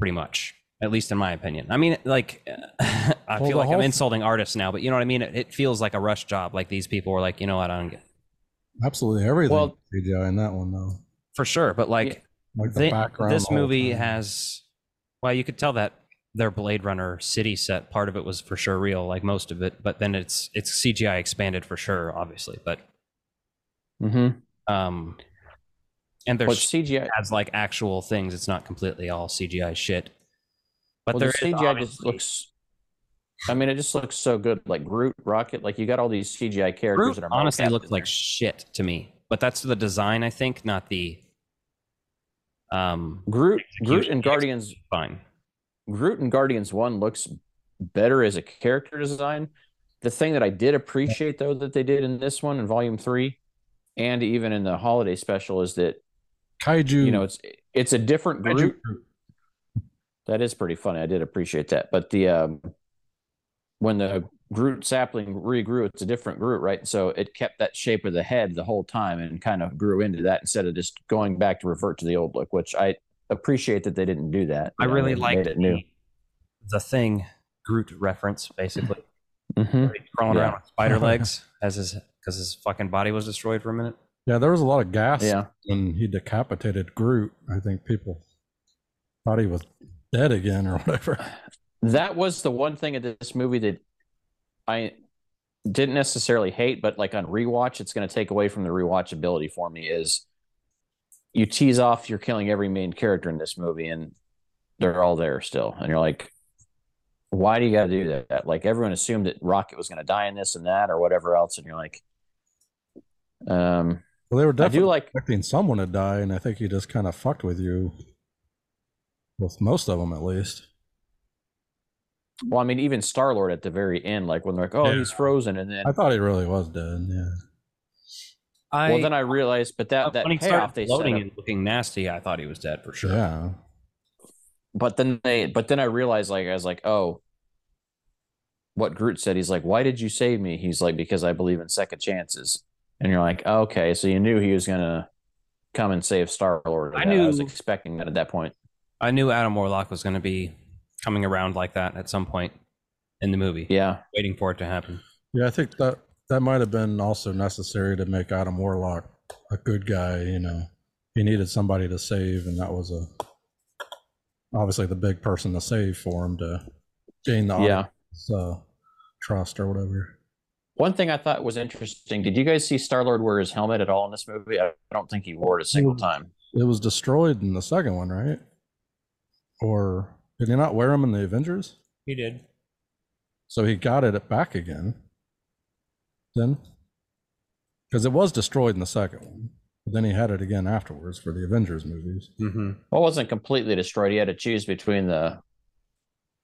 Speaker 3: pretty much. At least in my opinion. I mean, like, <laughs> I
Speaker 2: Well, the
Speaker 3: feel like
Speaker 2: whole-
Speaker 3: I'm insulting artists now, but you know what I mean. It, it feels like a rush job. Like these people were like, you know what, I don't get
Speaker 2: Absolutely everything
Speaker 1: Well-
Speaker 2: CGI in that one though.
Speaker 3: for sure. But like,
Speaker 1: Yeah.
Speaker 2: Like the
Speaker 3: Thi-
Speaker 2: background.
Speaker 3: This
Speaker 2: the whole
Speaker 3: movie
Speaker 2: time.
Speaker 3: has, well, you could tell that their Blade Runner city set part of it was for sure real, like most of it, but then it's it's CGI expanded for sure, obviously. But
Speaker 1: Mm-hmm.
Speaker 3: um, and
Speaker 1: But
Speaker 3: there's
Speaker 1: CGI,
Speaker 3: has like actual things. It's not completely all CGI shit. But
Speaker 1: well,
Speaker 3: there
Speaker 1: the CGI
Speaker 3: is
Speaker 1: just
Speaker 3: obviously-
Speaker 1: looks. I mean, it just looks so good. Like Groot, Rocket, like you got all these CGI characters
Speaker 3: Groot
Speaker 1: that are
Speaker 3: honestly
Speaker 1: mocapped
Speaker 3: looked
Speaker 1: in
Speaker 3: like shit to me. But that's the design, I think, not the um
Speaker 1: there. Groot. Groot
Speaker 3: execution.
Speaker 1: and Guardians.
Speaker 3: fine.
Speaker 1: Groot and Guardians One looks better as a character design. The thing that I did appreciate though that they did in this one in Volume Three, and even in the holiday special, is that
Speaker 2: Kaiju
Speaker 1: you know it's it's a different
Speaker 2: Kaiju
Speaker 1: Groot. That is pretty funny. I did appreciate that. But the um when the Groot sapling regrew, it's a different Groot, right? So it kept that shape of the head the whole time and kind of grew into that instead of just going back to revert to the old look, which I appreciate that they didn't do that.
Speaker 3: I
Speaker 1: You know,
Speaker 3: really
Speaker 1: they
Speaker 3: liked
Speaker 1: made it new.
Speaker 3: the, the thing Groot reference, basically
Speaker 1: <laughs> Mhm.
Speaker 3: Where he's crawling around
Speaker 1: Yeah. <laughs>
Speaker 3: with spider legs as his because his fucking body was destroyed for a minute.
Speaker 2: Yeah, there was a lot of gas
Speaker 1: Yeah.
Speaker 2: when he decapitated Groot. I think people thought he was dead again or <laughs> whatever.
Speaker 1: That was the one thing in this movie that I didn't necessarily hate, but like on rewatch, it's going to take away from the rewatchability for me is you tease off you're killing every main character in this movie and they're all there still. And you're like, why do you got to do that? Like everyone assumed that Rocket was going to die in this and that or whatever else. And you're like, um,
Speaker 2: Well, they were
Speaker 1: I do
Speaker 2: definitely
Speaker 1: like,
Speaker 2: expecting someone to die, and I think he just kind of fucked with you. With most of them, at least.
Speaker 1: well, I mean, even Star Lord at the very end, like when they're like, oh,
Speaker 2: Yeah.
Speaker 1: he's frozen. And then,
Speaker 2: I thought he really was dead. Yeah.
Speaker 3: I
Speaker 1: well, then I realized, but that, that
Speaker 3: when he
Speaker 1: payoff
Speaker 3: started
Speaker 1: they set
Speaker 3: floating
Speaker 1: up
Speaker 3: and looking nasty, I thought he was dead for sure.
Speaker 2: Yeah.
Speaker 1: but then they but then i realized like i was like oh what groot said he's like why did you save me he's like because i believe in second chances and you're like okay so you knew he was gonna come and save star lord
Speaker 3: I
Speaker 1: i was
Speaker 3: knew-
Speaker 1: expecting that at that point
Speaker 3: I knew Adam Warlock was going to be coming around like that at some point in the movie.
Speaker 1: yeah
Speaker 3: Waiting for it to happen.
Speaker 2: Yeah, I think that that might have been also necessary to make Adam Warlock a good guy. You know, he needed somebody to save, and that was a obviously the big person to save for him to gain the
Speaker 1: yeah
Speaker 2: audience, uh, trust or whatever.
Speaker 1: one thing i thought was interesting did you guys see star lord wear his helmet at all in this
Speaker 3: Mm.
Speaker 1: movie i I don't think he wore it a single time
Speaker 2: It was destroyed in the second one, right? Or did he not wear them in the Avengers?
Speaker 3: He did.
Speaker 2: So he got it back again. Then, because it was destroyed in the second one, but then he had it again afterwards for the Avengers movies.
Speaker 3: Mm-hmm.
Speaker 1: Well, it wasn't completely destroyed. He had to choose between the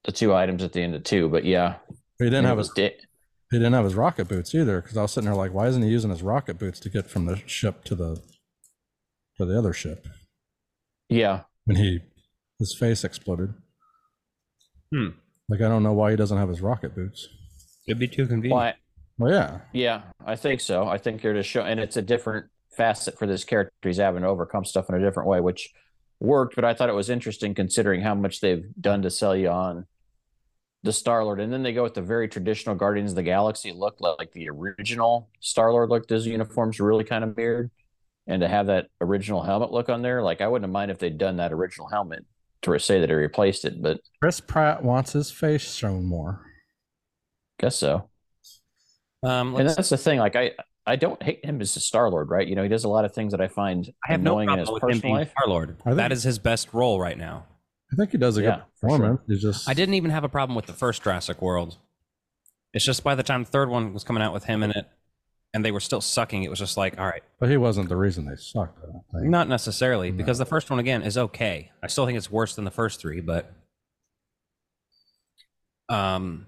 Speaker 1: the two items at the end of two. But yeah,
Speaker 2: He didn't
Speaker 1: and it
Speaker 2: have
Speaker 1: was
Speaker 2: his
Speaker 1: da-
Speaker 2: he didn't have his rocket boots either. Because I was sitting there like, why isn't he using his rocket boots to get from the ship to the to the other ship?
Speaker 1: yeah.
Speaker 2: And he his face exploded.
Speaker 3: Hmm.
Speaker 2: Like I don't know why he doesn't have his rocket boots.
Speaker 3: It'd be too convenient.
Speaker 1: Why?
Speaker 2: Well, yeah,
Speaker 1: Yeah, I think so. I think you're just showing, and it's a different facet for this character. He's having to overcome stuff in a different way, which worked. But I thought it was interesting considering how much they've done to sell you on the Star Lord, and then they go with the very traditional Guardians of the Galaxy look, like, like the original Star Lord look. Those uniforms are really kind of weird, and to have that original helmet look on there, like I wouldn't mind if they'd done that original helmet to say that he replaced it, but
Speaker 2: Chris Pratt wants his face shown more.
Speaker 1: guess so.
Speaker 3: Um,
Speaker 1: and
Speaker 3: let's,
Speaker 1: that's the thing. Like I, I don't hate him as a Star Lord, right? You know, he does a lot of things that I find
Speaker 3: I have no
Speaker 1: annoying in
Speaker 3: problem
Speaker 1: his
Speaker 3: with him
Speaker 1: personal
Speaker 3: being
Speaker 1: life.
Speaker 3: Star Lord.
Speaker 2: I think-
Speaker 3: That is his best role right now.
Speaker 2: I think he does a
Speaker 1: Yeah,
Speaker 2: good
Speaker 1: for sure.
Speaker 2: performance. He's just
Speaker 3: I didn't even have a problem with the first Jurassic World. It's just by the time the third one was coming out with him in it, and they were still sucking, it was just like, all right,
Speaker 2: but he wasn't the reason they sucked. I don't think.
Speaker 3: not necessarily,
Speaker 2: No.
Speaker 3: because the first one again is okay. I still think it's worse than the first three, but um,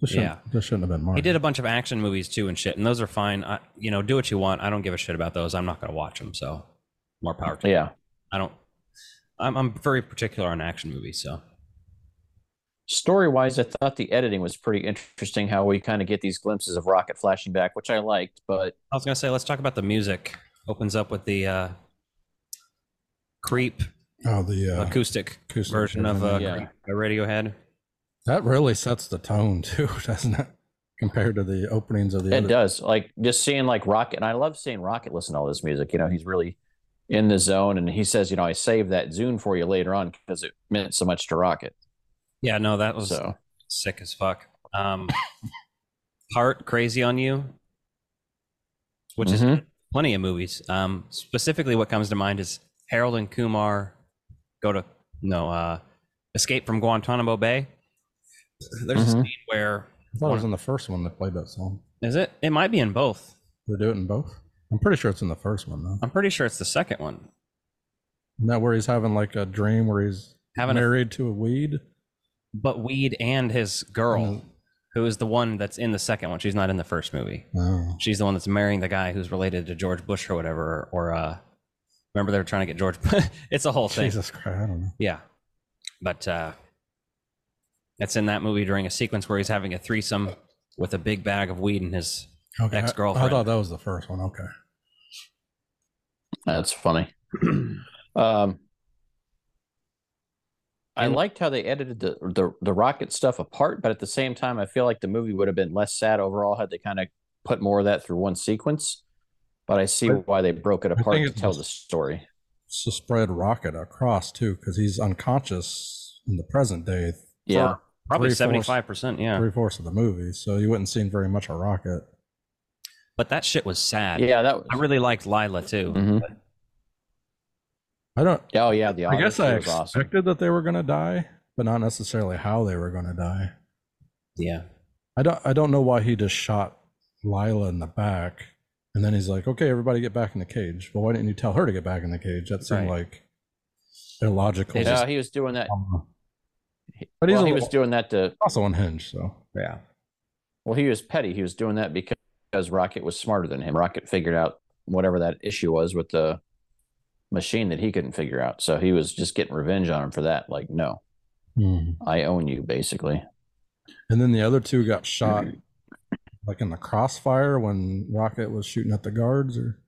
Speaker 2: This shouldn't,
Speaker 3: Yeah.
Speaker 2: this shouldn't have been Mark.
Speaker 3: he did a bunch of action movies too and shit, and those are fine. I, you know, do what you want. I don't give a shit about those. I'm not gonna watch them. So more power to. you.
Speaker 1: Yeah.
Speaker 3: I don't. I'm, I'm very particular on action movies, so
Speaker 1: Story wise, I thought the editing was pretty interesting. How we kind of get these glimpses of Rocket flashing back, which I liked, but
Speaker 3: I was gonna say let's talk about the music. Opens up with the uh, creep
Speaker 2: Oh, the uh,
Speaker 3: acoustic,
Speaker 2: acoustic
Speaker 3: version
Speaker 2: version,
Speaker 3: of uh,
Speaker 1: yeah.
Speaker 3: Creep by Radiohead.
Speaker 2: that really sets the tone <laughs> too, doesn't it? Compared to the openings of the
Speaker 1: it
Speaker 2: other-
Speaker 1: does. Like just seeing like Rocket, and I love seeing Rocket listen to all this music. You know, he's really in the zone, and he says, you know, I saved that Zune for you later on because it meant so much to Rocket.
Speaker 3: Yeah, no, that was
Speaker 1: So
Speaker 3: sick as fuck. Um, Heart, Crazy on You, which is
Speaker 1: Mhm.
Speaker 3: plenty of movies. Um, specifically, what comes to mind is Harold and Kumar go to no uh, Escape from Guantanamo Bay. There's a
Speaker 1: Mhm.
Speaker 3: scene where
Speaker 2: I thought it was in the first one that played that song.
Speaker 3: is it? It might be in both.
Speaker 2: They do it in both. I'm pretty sure it's in the first one though.
Speaker 3: I'm pretty sure it's the second one.
Speaker 2: Isn't that where he's having like a dream where he's
Speaker 3: Having a-
Speaker 2: married to a weed?
Speaker 3: But Weed and his girl,
Speaker 2: Mm-hmm.
Speaker 3: who is the one that's in the second one, she's not in the first movie.
Speaker 2: Oh,
Speaker 3: She's the one that's marrying the guy who's related to George Bush or whatever. Or uh, remember they were trying to get George. <laughs> it's a whole thing.
Speaker 2: Jesus Christ! I don't know.
Speaker 3: Yeah, but uh, it's in that movie during a sequence where he's having a threesome with a big bag of weed in his.
Speaker 2: Okay, I- I
Speaker 3: Ex-girlfriend.
Speaker 2: thought that was the first one. Okay.
Speaker 1: That's
Speaker 2: <clears throat>
Speaker 1: funny. um, I liked how they edited the, the the rocket stuff apart, but at the same time, I feel like the movie would have been less sad overall had they kind of put more of that through one sequence. But I see why they broke it
Speaker 2: think
Speaker 1: apart to
Speaker 2: it's-
Speaker 1: tell the story.
Speaker 2: So spread rocket across too, because he's unconscious in the present day,
Speaker 1: Yeah,
Speaker 3: Probably
Speaker 2: Three-fourths-
Speaker 3: seventy five percent, yeah.
Speaker 2: three fourths of the movie. So you wouldn't seen very much of rocket.
Speaker 3: But that shit was sad.
Speaker 1: yeah, that was.
Speaker 3: I really liked Lila too.
Speaker 1: Mhm.
Speaker 2: I don't.
Speaker 1: Oh yeah, the
Speaker 2: I guess
Speaker 1: Odyssey
Speaker 2: I
Speaker 1: was awesome.
Speaker 2: expected that they were going to die, but not necessarily how they were going to die.
Speaker 3: Yeah,
Speaker 2: I don't. I don't know why he just shot Lila in the back, and then he's like, "Okay, everybody, get back in the cage." Well, why didn't you tell her to get back in the cage? That seemed
Speaker 3: Right.
Speaker 2: like illogical.
Speaker 1: Yeah,
Speaker 3: They just-
Speaker 1: he was doing that.
Speaker 2: Um, but he's
Speaker 1: well,
Speaker 2: a
Speaker 1: he
Speaker 2: little-
Speaker 1: was doing that to.
Speaker 2: also unhinged, so
Speaker 3: yeah.
Speaker 1: Well, he was petty. He was doing that because, because Rocket was smarter than him. Rocket figured out whatever that issue was with the machine that he couldn't figure out. So he was just getting revenge on him for that. Like, no,
Speaker 2: Hmm.
Speaker 1: I own you, basically.
Speaker 2: And then the other two got shot, like in the crossfire when Rocket was shooting at the guards, or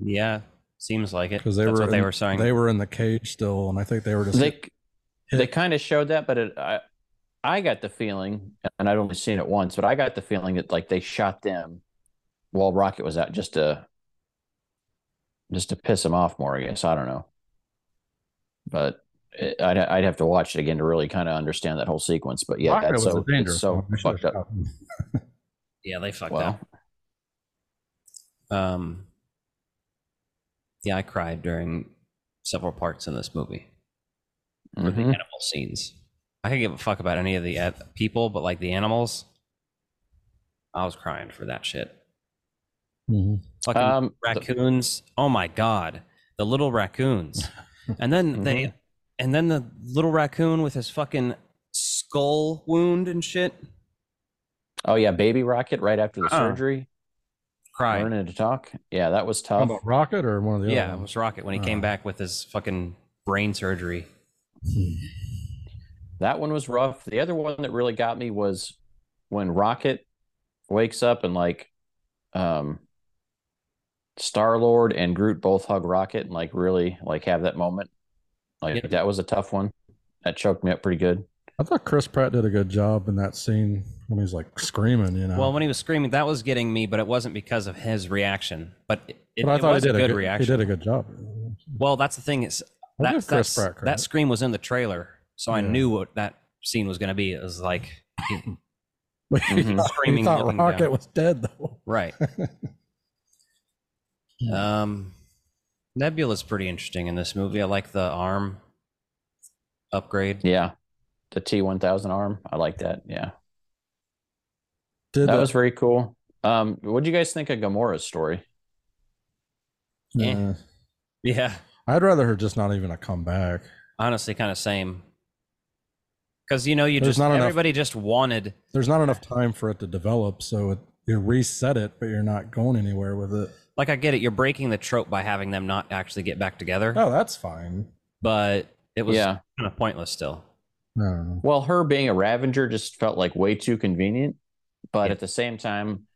Speaker 3: Yeah, seems like it.
Speaker 2: because they
Speaker 3: That's
Speaker 2: were
Speaker 3: what they
Speaker 2: in-
Speaker 3: were saying.
Speaker 2: they were in the cage still, and I think they were just
Speaker 1: They they kind of showed that, but it, I I got the feeling, and I'd only seen it once, but I got the feeling that like they shot them while Rocket was out just to just to piss him off more. I guess I don't know, but it, I'd I'd have to watch it again to really kind of understand that whole sequence. But yeah,
Speaker 2: Rocket
Speaker 1: that's
Speaker 2: was
Speaker 1: so
Speaker 2: a dangerous
Speaker 1: it's so
Speaker 2: one. They should've
Speaker 1: fucked up.
Speaker 2: shot him.
Speaker 3: yeah, they fucked
Speaker 1: Well,
Speaker 3: up. Um, yeah, I cried during several parts in this movie.
Speaker 2: Mm-hmm.
Speaker 3: The
Speaker 1: Mhm.
Speaker 3: animal scenes. I could give a fuck about any of the uh, people, but like the animals, I was crying for that shit.
Speaker 2: Mm-hmm.
Speaker 3: Fucking
Speaker 1: Um,
Speaker 3: raccoons. oh my god, the
Speaker 2: <laughs>
Speaker 3: little raccoons. And then
Speaker 2: Mm-hmm.
Speaker 3: they, and then the little raccoon with his fucking skull wound and shit.
Speaker 1: Oh yeah, baby rocket right after the
Speaker 2: Uh,
Speaker 3: Uh-uh.
Speaker 1: surgery.
Speaker 3: Crying.
Speaker 1: Learning to talk. Yeah, that was
Speaker 2: How
Speaker 1: tough.
Speaker 2: about Rocket or one of the
Speaker 3: Uh, Yeah,
Speaker 2: other
Speaker 3: it
Speaker 2: ones?
Speaker 3: was Rocket when he came
Speaker 2: Uh.
Speaker 3: back with his fucking brain surgery.
Speaker 1: That one was rough. The other one that really got me was when Rocket wakes up and like um Star Lord and Groot both hug Rocket and like really like have that moment. Like
Speaker 3: Yeah.
Speaker 1: that was a tough one. That choked me up pretty good.
Speaker 2: I thought Chris Pratt did a good job in that scene when he's like screaming, you know.
Speaker 3: Well, when he was screaming, that was getting me, but it wasn't because of his reaction. But it, it,
Speaker 2: but I thought
Speaker 3: was
Speaker 2: he did
Speaker 3: a good
Speaker 2: good,
Speaker 3: reaction.
Speaker 2: He did a good job.
Speaker 3: Well, that's the thing is
Speaker 2: I'll
Speaker 3: that
Speaker 2: give Chris
Speaker 3: that's-
Speaker 2: Pratt credit.
Speaker 3: that scream was in the trailer, so I
Speaker 2: Yeah.
Speaker 3: knew what that scene was going to be. It was like
Speaker 2: But <laughs> he
Speaker 1: Mhm.
Speaker 2: thought- he
Speaker 3: Screaming
Speaker 2: thought
Speaker 3: looking
Speaker 2: Rocket
Speaker 3: down.
Speaker 2: was dead though. <laughs>
Speaker 3: right. um, Nebula's pretty interesting in this movie. I like the arm upgrade.
Speaker 1: Yeah. The T one thousand arm. I like that. Yeah.
Speaker 2: Did
Speaker 1: That
Speaker 2: the-
Speaker 1: was very cool. Um, what do you guys think of Gamora's story?
Speaker 3: eh.
Speaker 2: uh,
Speaker 3: Yeah,
Speaker 2: I'd rather her just not even a comeback.
Speaker 3: honestly, kind of same. Because you know, you
Speaker 2: There's
Speaker 3: just
Speaker 2: not enough-
Speaker 3: everybody just wanted
Speaker 2: There's not enough time for it to develop, so it, you reset it, but you're not going anywhere with it.
Speaker 3: like I get it. You're breaking the trope by having them not actually get back together,
Speaker 2: Oh, that's fine.
Speaker 3: but it was
Speaker 1: yeah.
Speaker 3: kind of pointless still.
Speaker 2: No.
Speaker 1: Well, her being a Ravenger just felt like way too convenient. But
Speaker 3: Yeah.
Speaker 1: at the same time,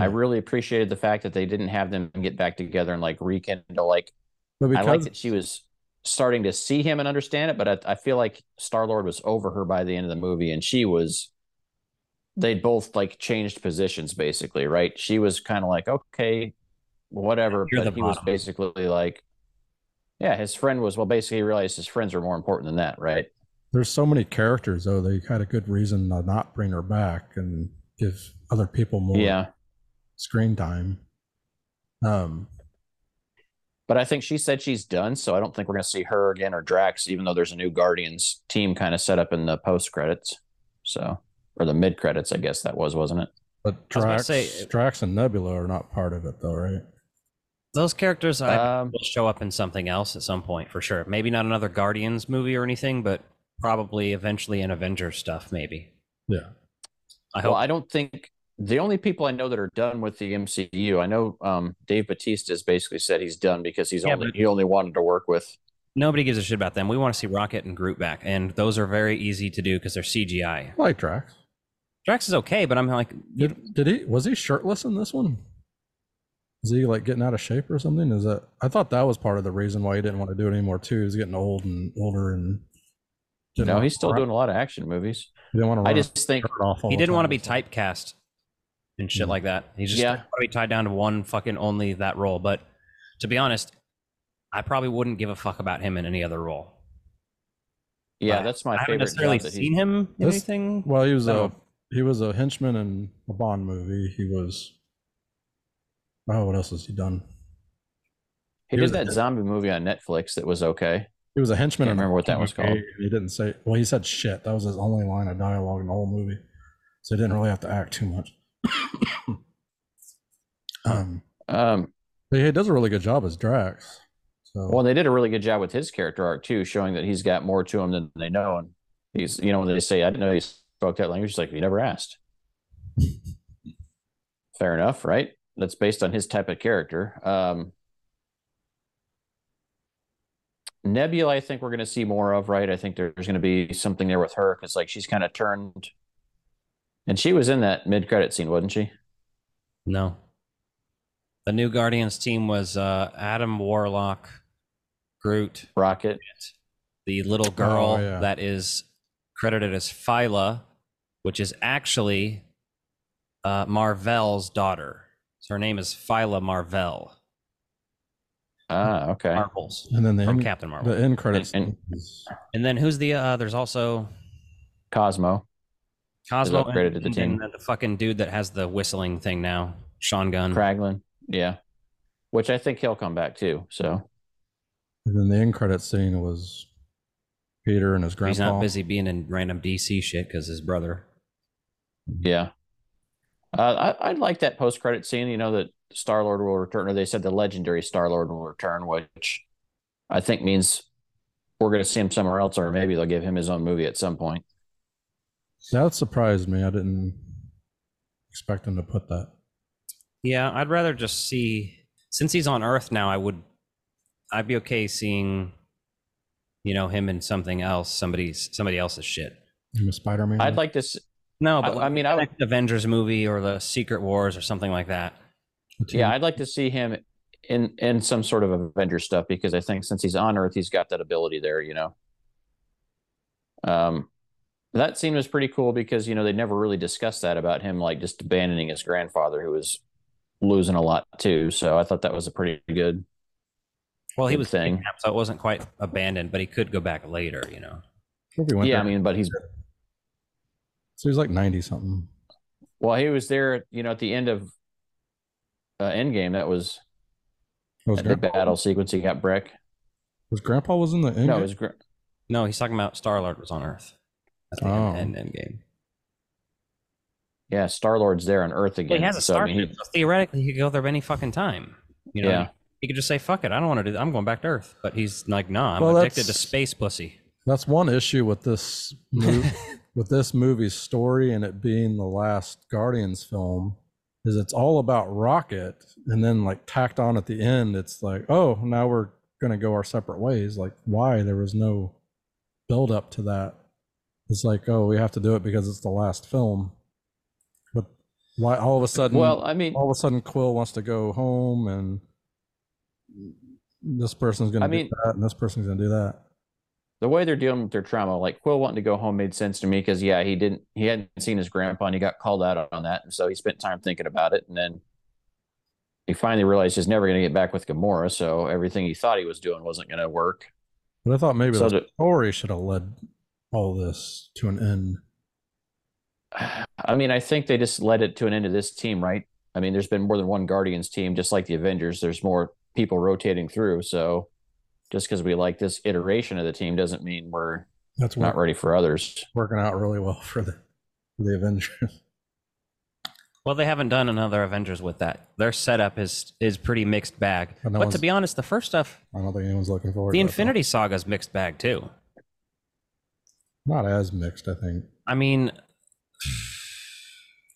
Speaker 1: I
Speaker 2: Yeah.
Speaker 1: really appreciated the fact that they didn't have them get back together and like rekindle. Like
Speaker 2: But
Speaker 1: I like
Speaker 2: because
Speaker 1: that she was starting to see him and understand it, but I, I feel like Star Lord was over her by the end of the movie, and she was. They'd both like changed positions, basically, right? She was kind of like, okay, whatever,
Speaker 3: You're
Speaker 1: but
Speaker 3: the
Speaker 1: he was
Speaker 3: bottom.
Speaker 1: basically like, yeah, his friend was well, basically he realized his friends are more important than that, right?
Speaker 2: there's so many characters though, they had a good reason to not bring her back and give other people more
Speaker 1: Yeah.
Speaker 2: screen time. Um,
Speaker 1: But I think she said she's done, so I don't think we're going to see her again or Drax, even though there's a new Guardians team kind of set up in the post credits. So, or the mid credits, I guess that was, wasn't it?
Speaker 2: but
Speaker 3: I was about
Speaker 2: Drax,
Speaker 3: to say-
Speaker 2: Drax and Nebula are not part of it though, right?
Speaker 3: Those characters I
Speaker 1: Um,
Speaker 3: will show up in something else at some point for sure. Maybe not another Guardians movie or anything, but probably eventually in Avengers stuff. Maybe.
Speaker 2: Yeah.
Speaker 3: I hope.
Speaker 1: well, I don't think the only people I know that are done with the MCU, I know um, Dave Batista has basically said he's done because he's
Speaker 3: Yeah,
Speaker 1: only
Speaker 3: but-
Speaker 1: he only wanted to work with.
Speaker 3: Nobody gives a shit about them. We want to see Rocket and Groot back, and those are very easy to do because they're CGI.
Speaker 2: I like Drax.
Speaker 3: Drax is okay, but I'm like,
Speaker 2: Did, did he was he shirtless in this one? Is he like getting out of shape or something? Is that I thought that was part of the reason why he didn't want to do it anymore too. He's getting old and older and
Speaker 1: You
Speaker 2: didn't
Speaker 1: know,
Speaker 2: wanna
Speaker 1: he's still
Speaker 2: run-
Speaker 1: doing a lot of action movies.
Speaker 2: he didn't want to
Speaker 1: I
Speaker 2: run his
Speaker 1: just think
Speaker 2: shirt off all
Speaker 3: he
Speaker 2: the
Speaker 3: didn't want to be
Speaker 2: time.
Speaker 3: typecast and shit
Speaker 2: Mm.
Speaker 3: like that. He just
Speaker 1: Yeah.
Speaker 3: didn't want to be tied down to one fucking only that role. But to be honest, I probably wouldn't give a fuck about him in any other role.
Speaker 1: yeah,
Speaker 3: But
Speaker 1: that's
Speaker 3: I
Speaker 1: my
Speaker 3: haven't
Speaker 1: favorite
Speaker 3: necessarily
Speaker 1: job that he's
Speaker 3: seen him in
Speaker 2: This-
Speaker 3: anything.
Speaker 2: Well, he was
Speaker 3: No.
Speaker 1: Oh.
Speaker 2: a he was a henchman in a Bond movie. He was. Oh, what else has he done?
Speaker 1: he
Speaker 2: he
Speaker 1: did
Speaker 2: was-
Speaker 1: that zombie movie on Netflix that was okay.
Speaker 2: He was a henchman.
Speaker 1: Can't
Speaker 2: in a
Speaker 1: remember what that was
Speaker 2: movie,
Speaker 1: called.
Speaker 2: and He didn't say. Well, he said shit. That was his only line of dialogue in the whole movie, so he didn't really have to act too much. <coughs> um,
Speaker 1: Um,
Speaker 2: but he does a really good job as Drax. So
Speaker 1: Well, they did a really good job with his character arc too, showing that he's got more to him than they know. And he's, you know, when they say, "I didn't know he spoke that language," he's like, "You never asked." Fair enough, right? That's based on his type of character. Um, Nebula, I think we're going to see more of, right? I think there's going to be something there with her because, like, she's kind of turned, and she was in that mid-credit scene, wasn't she?
Speaker 3: No. The new Guardians team was uh, Adam Warlock, Groot,
Speaker 1: Rocket.
Speaker 3: the little girl
Speaker 2: Oh, yeah.
Speaker 3: that is credited as Phyla, which is actually uh, Marvell's daughter. So her name is Phyla Marvell.
Speaker 1: Ah, okay.
Speaker 3: Marvels
Speaker 2: and then the
Speaker 3: from
Speaker 2: end,
Speaker 3: Captain Marvel.
Speaker 2: the end credits.
Speaker 1: And-
Speaker 2: is-
Speaker 3: and then who's the? Uh, there's also
Speaker 1: Cosmo.
Speaker 3: Cosmo
Speaker 1: upgraded
Speaker 3: and,
Speaker 1: to the
Speaker 3: and
Speaker 1: team.
Speaker 3: then the fucking dude that has the whistling thing now, Sean Gunn.
Speaker 1: Kraglin, yeah. Which I think he'll come back too. So
Speaker 2: And then the end credit scene was Peter and his grandpa.
Speaker 3: He's not busy being in random DC shit because his brother.
Speaker 1: Yeah. Uh, I, I like that post credit scene, you know, that Star Lord will return, or they said the legendary Star Lord will return, which I think means we're going to see him somewhere else, or maybe they'll give him his own movie at some point.
Speaker 2: That surprised me. I didn't expect him to put that.
Speaker 3: Yeah, I'd rather just see since he's on Earth now. I would, I'd be okay seeing, you know, him in something else, somebody's somebody else's shit.
Speaker 2: Him a Spider-Man.
Speaker 1: I'd like to. s-
Speaker 3: No,
Speaker 1: I-
Speaker 3: but
Speaker 1: I mean, I would-
Speaker 3: like the Avengers movie or the Secret Wars or something like that.
Speaker 1: Yeah, I'd like to see him in in some sort of Avenger stuff because I think since he's on Earth, he's got that ability there. You know, um, that scene was pretty cool because you know they never really discussed that about him like just abandoning his grandfather who was losing a lot too. So I thought that was a pretty good.
Speaker 3: Well, he
Speaker 1: Good
Speaker 3: was
Speaker 1: thing.
Speaker 3: kidnapped, so it wasn't quite abandoned, but he could go back later. You know,
Speaker 2: Maybe went
Speaker 1: Yeah, I
Speaker 2: there.
Speaker 1: mean, but he's
Speaker 2: so he's like ninety something.
Speaker 1: well, he was there. You know, at the end of uh, Endgame, that was
Speaker 2: It was,
Speaker 1: at the
Speaker 2: grandpa,
Speaker 1: battle sequence. He got Brick.
Speaker 2: was grandpa was in the end.
Speaker 1: No, it was gr-
Speaker 3: no, he's talking about Star Lord was on Earth at the
Speaker 2: Oh.
Speaker 3: end, end, end game.
Speaker 1: yeah. Star Lord's there on Earth again.
Speaker 3: Well, he has a
Speaker 1: so,
Speaker 3: star
Speaker 1: I mean, he-
Speaker 3: pit, so theoretically, he could go there any fucking time. You know,
Speaker 1: Yeah.
Speaker 3: he could just say, "Fuck it, I don't want to do that. I'm going back to Earth." But he's like, "Nah, I'm
Speaker 2: Well,
Speaker 3: addicted to
Speaker 2: that's-
Speaker 3: space pussy."
Speaker 2: That's one issue with this
Speaker 1: <laughs>
Speaker 2: mov with this movie's story and it being the last Guardians film is it's all about Rocket and then like tacked on at the end it's like oh now we're going to go our separate ways like why there was no build up to that it's like oh we have to do it because it's the last film but why all of a sudden
Speaker 1: well, I mean,
Speaker 2: all of a sudden Quill wants to go home and this person's going
Speaker 1: I
Speaker 2: to do
Speaker 1: mean-
Speaker 2: that and this person's going to do that
Speaker 1: the way they're dealing with their trauma, like Quill wanting to go home made sense to me because yeah, he didn't he hadn't seen his grandpa and he got called out on that. And so he spent time thinking about it and then he finally realized he's never gonna get back with Gamora, so everything he thought he was doing wasn't gonna work.
Speaker 2: But I thought maybe
Speaker 1: So
Speaker 2: the
Speaker 1: the-
Speaker 2: story should have led all this to an end.
Speaker 1: I mean, I think they just led it to an end of this team, right? I mean, there's been more than one Guardians team, just like the Avengers. There's more people rotating through, so just because we like this iteration of the team doesn't mean we're
Speaker 2: That's what
Speaker 1: not ready for others.
Speaker 2: working out really well for the for the Avengers. <laughs>
Speaker 3: Well, they haven't done another Avengers with that. Their setup is is pretty mixed bag.
Speaker 2: And that
Speaker 3: but to
Speaker 2: one's-
Speaker 3: be honest, the first stuff,
Speaker 2: I don't think anyone's looking forward.
Speaker 3: the
Speaker 2: to that,
Speaker 3: Infinity Saga's mixed bag too.
Speaker 2: though. Not as mixed, I think.
Speaker 3: I mean,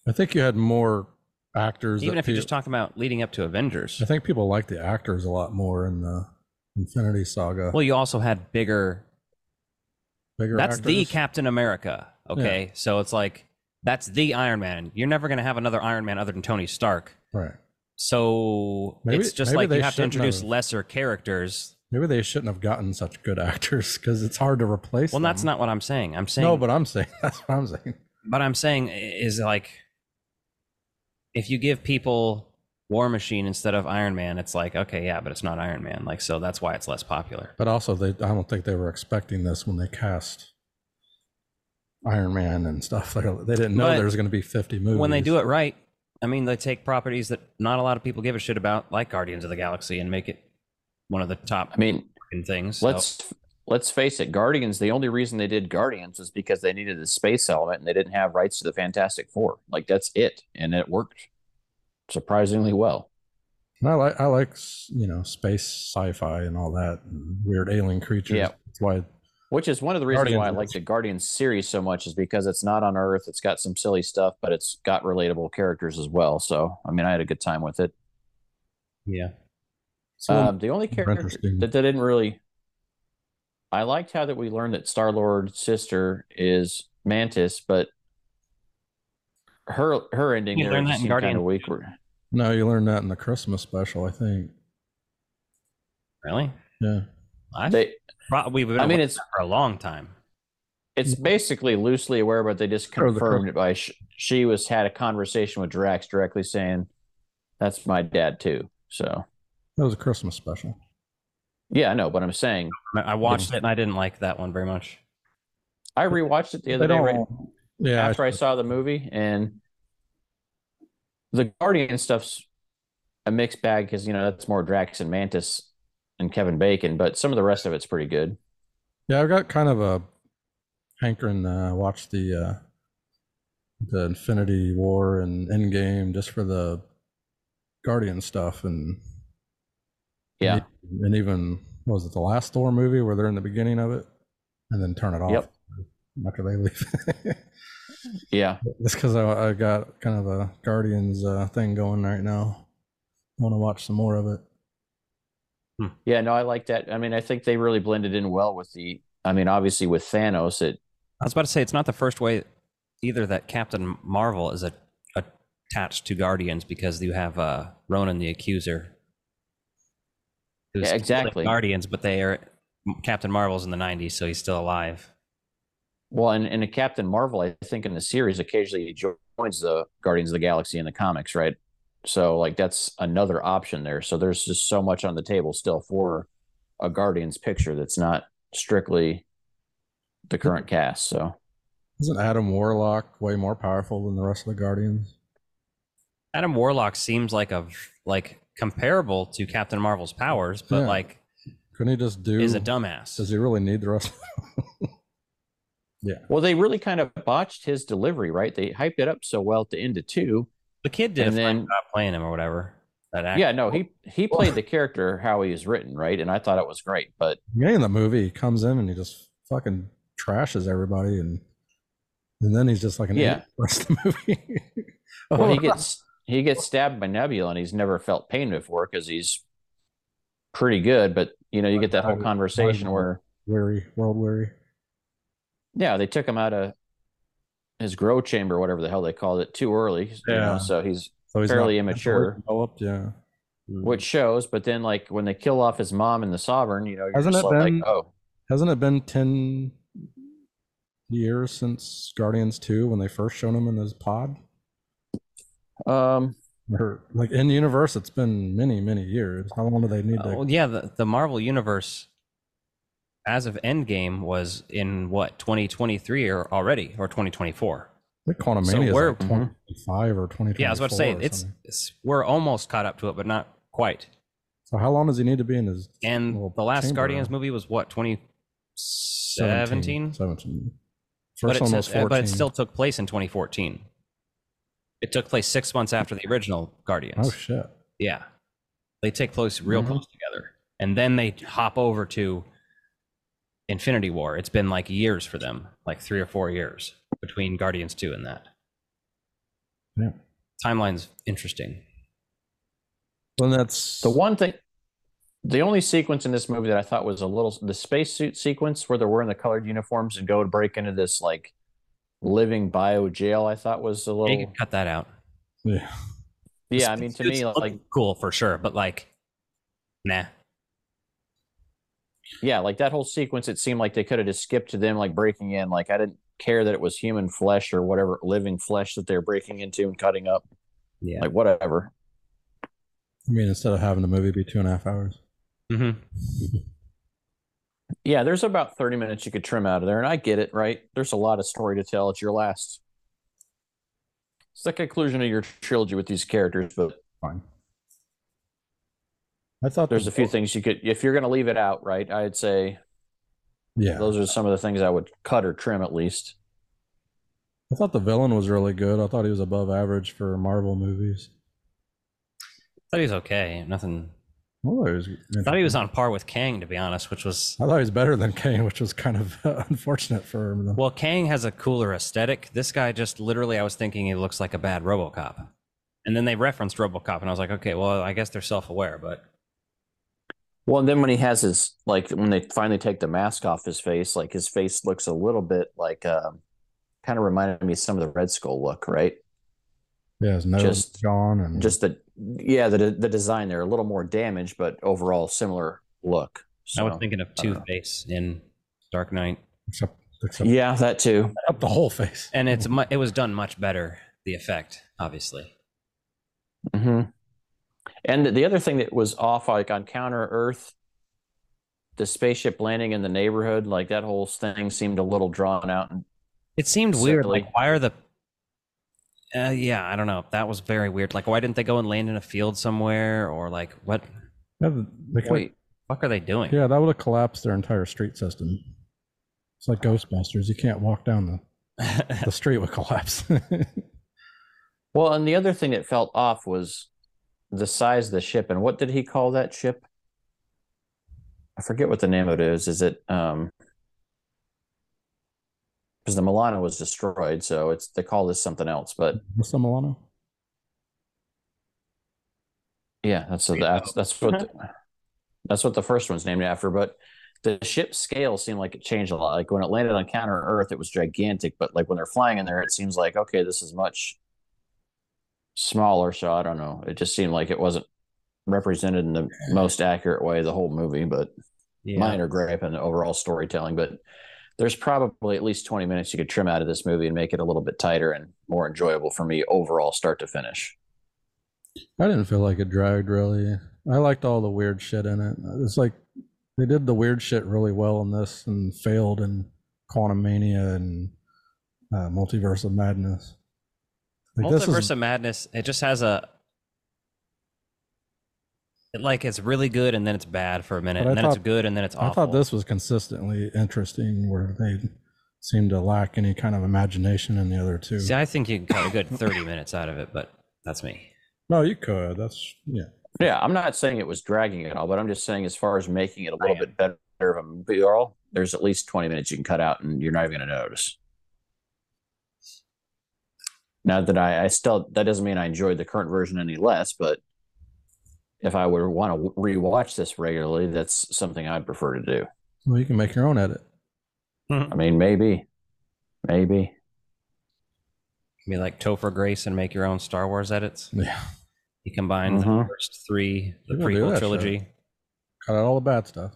Speaker 2: I think you had more actors.
Speaker 3: even
Speaker 2: that
Speaker 3: if you're
Speaker 2: peo-
Speaker 3: just talking about leading up to Avengers,
Speaker 2: I think people like the actors a lot more in the Infinity Saga.
Speaker 3: well, you also had bigger
Speaker 2: Bigger
Speaker 3: That's the
Speaker 2: actors.
Speaker 3: Captain America. Okay. So it's like, that's the Iron Man. You're never going to have another Iron Man other than Tony Stark.
Speaker 2: Right.
Speaker 3: So
Speaker 2: Maybe-
Speaker 3: it's just
Speaker 2: maybe
Speaker 3: like
Speaker 2: they
Speaker 3: you have to
Speaker 2: shouldn't
Speaker 3: introduce
Speaker 2: have.
Speaker 3: lesser characters.
Speaker 2: Maybe they shouldn't have gotten such good actors because it's hard to replace.
Speaker 3: Well, that's
Speaker 2: them.
Speaker 3: not what I'm saying. I'm saying,
Speaker 2: No, but I'm saying <laughs> that's what I'm saying.
Speaker 3: but I'm saying is like, if you give people War Machine instead of Iron Man, it's like, okay, yeah, but it's not Iron Man. Like, so that's why it's less popular.
Speaker 2: But also, they I don't think they were expecting this when they cast Iron Man and stuff. <laughs> They, they didn't know
Speaker 3: But
Speaker 2: there was going to be 50 movies.
Speaker 3: When they do it right, I mean, they take properties that not a lot of people give a shit about, like Guardians of the Galaxy, and make it one of the top
Speaker 1: I mean,
Speaker 3: fucking things. so-
Speaker 1: Let's let's face it, Guardians. The only reason they did Guardians was because they needed the space element, and they didn't have rights to the Fantastic Four. Like that's it, and it worked surprisingly well.
Speaker 2: And I like I like s- you know space sci-fi and all that and weird alien creatures.
Speaker 1: Yeah.
Speaker 2: That's why
Speaker 1: Which is one of the reasons why I
Speaker 2: Guardians.
Speaker 1: like the Guardians series so much is because it's not on Earth. It's got some silly stuff, but it's got relatable characters as well. So I mean, I had a good time with it.
Speaker 3: Yeah.
Speaker 2: so
Speaker 1: um, the only
Speaker 2: more
Speaker 1: character
Speaker 2: interesting.
Speaker 1: that they didn't really. I liked how that we learned that Star Lord's sister is Mantis, but her her ending
Speaker 3: You
Speaker 1: there
Speaker 3: learned that
Speaker 1: just
Speaker 3: in
Speaker 1: seemed kind
Speaker 3: Guardians.
Speaker 1: of weak. where-
Speaker 2: no, you learned that in the Christmas special, I think.
Speaker 3: Really?
Speaker 2: Yeah.
Speaker 3: I
Speaker 1: They,
Speaker 3: probably we've been
Speaker 1: I mean,
Speaker 3: aware
Speaker 1: it's
Speaker 3: for a long time.
Speaker 1: it's basically loosely aware, but they just
Speaker 2: Or Mm-hmm. the cor-
Speaker 1: confirmed it by sh- she was had a conversation with Drax directly saying, "That's my dad too." So
Speaker 2: That was a Christmas special.
Speaker 1: yeah, I know, but I'm saying
Speaker 3: I I watched it and I didn't like that one very much.
Speaker 1: I rewatched it the
Speaker 2: They
Speaker 1: other day. Right,
Speaker 2: don't- yeah.
Speaker 1: after I saw the movie, and the Guardian stuff's a mixed bag because you know that's more Drax and Mantis and Kevin Bacon, but some of the rest of it's pretty good.
Speaker 2: Yeah, I've got kind of a hankering to watch the uh, the Infinity War and Endgame just for the Guardian stuff and
Speaker 1: Yeah.
Speaker 2: and even what was it the last Thor movie where they're in the beginning of it and then turn it off
Speaker 1: Yep.
Speaker 2: after they leave. <laughs>
Speaker 1: Yeah.
Speaker 2: That's because I, I got kind of a Guardians uh, thing going right now. I want to watch some more of it.
Speaker 1: Yeah, no, I like that. I mean, I think they really blended in well with the. I mean, obviously with Thanos, it
Speaker 3: I was about to say it's not the first way either that Captain Marvel is a, attached to Guardians because you have uh, Ronan the Accuser. who's
Speaker 1: Yeah,
Speaker 3: still in
Speaker 1: exactly.
Speaker 3: Guardians, but they are Captain Marvel's in the '90s, so he's still alive.
Speaker 1: well, and and a Captain Marvel, I think in the series, occasionally joins the Guardians of the Galaxy in the comics, right? So like that's another option there. So there's just so much on the table still for a Guardians picture that's not strictly the current cast. So
Speaker 2: Isn't Adam Warlock way more powerful than the rest of the Guardians?
Speaker 3: Adam Warlock seems like a like comparable to Captain Marvel's powers, but
Speaker 2: Yeah.
Speaker 3: like
Speaker 2: Couldn't he just do?
Speaker 3: is a dumbass.
Speaker 2: Does he really need the rest?
Speaker 1: well, they really kind of botched his delivery, right? They hyped it up so well at the end of two.
Speaker 3: the kid did
Speaker 1: and
Speaker 3: a
Speaker 1: then-
Speaker 3: fine job playing him or whatever. That actor.
Speaker 1: Yeah, no, he he played the character how he was written, right? And I thought it was great, but
Speaker 2: yeah, in the movie, he comes in and he just fucking trashes everybody, and and then he's just like an
Speaker 1: Yeah.
Speaker 2: idiot the rest of the movie. <laughs> Oh,
Speaker 1: Well, he gets he gets stabbed by Nebula, and he's never felt pain before because he's pretty good. But you know, you get that whole conversation where
Speaker 2: weary, world weary.
Speaker 1: yeah, they took him out of his grow chamber, whatever the hell they called it, too early. You
Speaker 2: Yeah.
Speaker 1: know, so he's
Speaker 2: So he's not
Speaker 1: Fairly
Speaker 2: mentally
Speaker 1: immature.
Speaker 2: Developed, yeah.
Speaker 1: which shows. But then, like when they kill off his mom and the Sovereign, you know, you're
Speaker 2: Hasn't
Speaker 1: just
Speaker 2: it
Speaker 1: like,
Speaker 2: been-
Speaker 1: oh
Speaker 2: Hasn't it been ten years since Guardians Two when they first shown him in his pod?
Speaker 1: um,
Speaker 2: Or like in universe, it's been many, many years. How long do they need
Speaker 3: Uh,
Speaker 2: to?
Speaker 3: well, yeah, the, the Marvel universe as of Endgame was in what 2023 or already or 2024.
Speaker 2: I think Quantum
Speaker 3: So
Speaker 2: Mania
Speaker 3: we're- mm-hmm.
Speaker 2: is like twenty five or twenty.
Speaker 3: Yeah, I was about to say it's, it's we're almost caught up to it, but not quite.
Speaker 2: So how long does he need to be in his?
Speaker 3: And
Speaker 2: Well,
Speaker 3: the last
Speaker 2: Chamber-
Speaker 3: Guardians movie was what 2017,
Speaker 2: Seventeen.
Speaker 3: but
Speaker 2: First
Speaker 3: it,
Speaker 2: one
Speaker 3: says,
Speaker 2: was
Speaker 3: uh,
Speaker 2: fourteen.
Speaker 3: but it still took place in 2014. It took place six months after the original Guardians.
Speaker 2: Oh shit!
Speaker 3: Yeah. They take close, real
Speaker 1: Mhm.
Speaker 3: close together. And then they hop over to Infinity War. It's been like years for them, like three or four years between Guardians 2 and that.
Speaker 2: Yeah.
Speaker 3: Timeline's interesting.
Speaker 2: Well, that's
Speaker 1: the one thing. The only sequence in this movie that I thought was a little the spacesuit sequence where they're wearing the colored uniforms and go to break into this like living bio jail, I thought was a
Speaker 3: Yeah,
Speaker 1: little
Speaker 3: You can cut that out.
Speaker 2: Yeah.
Speaker 1: Yeah, I mean, to
Speaker 3: It's
Speaker 1: me, like,
Speaker 3: cool for sure, but like, nah.
Speaker 1: yeah, like that whole sequence, it seemed like they could have just skipped to them, like breaking in. Like, I didn't care that it was human flesh or whatever living flesh that they're breaking into and cutting up.
Speaker 3: Yeah.
Speaker 1: Like, whatever.
Speaker 2: I mean, instead of having the movie be two and a half hours,
Speaker 3: Mm-hmm.
Speaker 1: Yeah, there's about 30 minutes you could trim out of there. And I get it, right? There's a lot of story to tell. It's your last, it's the conclusion of your trilogy with these characters, but
Speaker 2: fine. I thought
Speaker 1: there's a few
Speaker 2: things.
Speaker 1: things you could, if you're going to leave it out, right? I'd say
Speaker 2: yeah,
Speaker 1: those are some of the things I would cut or trim at least.
Speaker 2: I thought the villain was really good. I thought he was above average for Marvel movies.
Speaker 3: Thought he was okay. Nothing.
Speaker 2: I thought he was,
Speaker 3: Thought he was on par with Kang, to be honest, which was.
Speaker 2: I thought he was better than Kane, which was kind of uh, <laughs> unfortunate for him.
Speaker 3: Well, Kang has a cooler aesthetic. This guy just literally, I was thinking he looks like a bad Robocop. And then they referenced Robocop, and I was like, okay, well, I guess they're self aware, but
Speaker 1: Well, and then when he has his like when they finally take the mask off his face, like his face looks a little bit like um kind of reminded me of some of the Red Skull look, right?
Speaker 2: yeah, his nose
Speaker 1: just-
Speaker 2: gone and
Speaker 1: Just the yeah, the the design there a little more damaged, but overall similar look. So
Speaker 3: I was thinking of
Speaker 1: I don't know.
Speaker 3: Two Face in Dark Knight,
Speaker 2: except, except
Speaker 1: yeah, that too.
Speaker 2: up the whole face.
Speaker 3: and it's mu- it was done much better. The effect, obviously.
Speaker 1: hmm And the other thing that was off, like on Counter Earth, the spaceship landing in the neighborhood, like that whole thing seemed a little drawn out and
Speaker 3: It seemed weird.
Speaker 1: Simply.
Speaker 3: Like, why are the? Uh, yeah, I don't know. That was very weird. Like, why didn't they go and land in a field somewhere, or like what?
Speaker 2: Yeah, they could
Speaker 1: wait.
Speaker 3: fuck are they doing?
Speaker 2: Yeah, that would have collapsed their entire street system. It's like Ghostbusters. You can't walk down the, the street would collapse. <laughs>
Speaker 1: Well, and the other thing that felt off was the size of the ship. And what did he call that ship? I forget what the name of it is. Is it um because the Milano was destroyed, so it's they call this something else. But
Speaker 2: What's the Milano?
Speaker 1: yeah, that's what that's that's what the, that's what the first one's named after. But the ship's scale seemed like it changed a lot. Like when it landed on counter Earth, it was gigantic. But like when they're flying in there, it seems like okay, this is much smaller. So I don't know. It just seemed like it wasn't represented in the most accurate way the whole movie. But
Speaker 3: <laughs> Yeah.
Speaker 1: minor gripe and overall storytelling, but there's probably at least 20 minutes you could trim out of this movie and make it a little bit tighter and more enjoyable for me overall, start to finish.
Speaker 2: I didn't feel like it dragged really. I liked all the weird shit in it. It's like they did the weird shit really well in this and failed in Quantum Mania and uh, Multiverse of Madness. Like, this
Speaker 3: Multiverse
Speaker 2: is-
Speaker 3: of Madness, it just has a it, like it's really good and then it's bad for a minute,
Speaker 2: But I
Speaker 3: and then it's
Speaker 2: thought-
Speaker 3: good and then it's awful.
Speaker 2: I thought this was consistently interesting, where they seemed to lack any kind of imagination in the other two.
Speaker 3: See, I think you can cut a good thirty minutes out of it, but that's me.
Speaker 2: No, you could. That's yeah.
Speaker 1: Yeah, I'm not saying it was dragging at all, but I'm just saying as far as making it a little bit better of a movie overall, there's at least 20 minutes you can cut out and you're not even going to notice. Now that I, I still, that doesn't mean I enjoyed the current version any less, but if I would want to rewatch this regularly, that's something I'd prefer to do.
Speaker 2: Well, you can make your own edit.
Speaker 1: I mean, maybe, maybe.
Speaker 3: You mean like Topher Grace and make your own Star Wars edits?
Speaker 2: <laughs> Yeah,
Speaker 3: You combine
Speaker 1: Mhm.
Speaker 3: the first three, the
Speaker 2: You can do that
Speaker 3: prequel
Speaker 2: shit.
Speaker 3: trilogy.
Speaker 2: cut out all the bad stuff.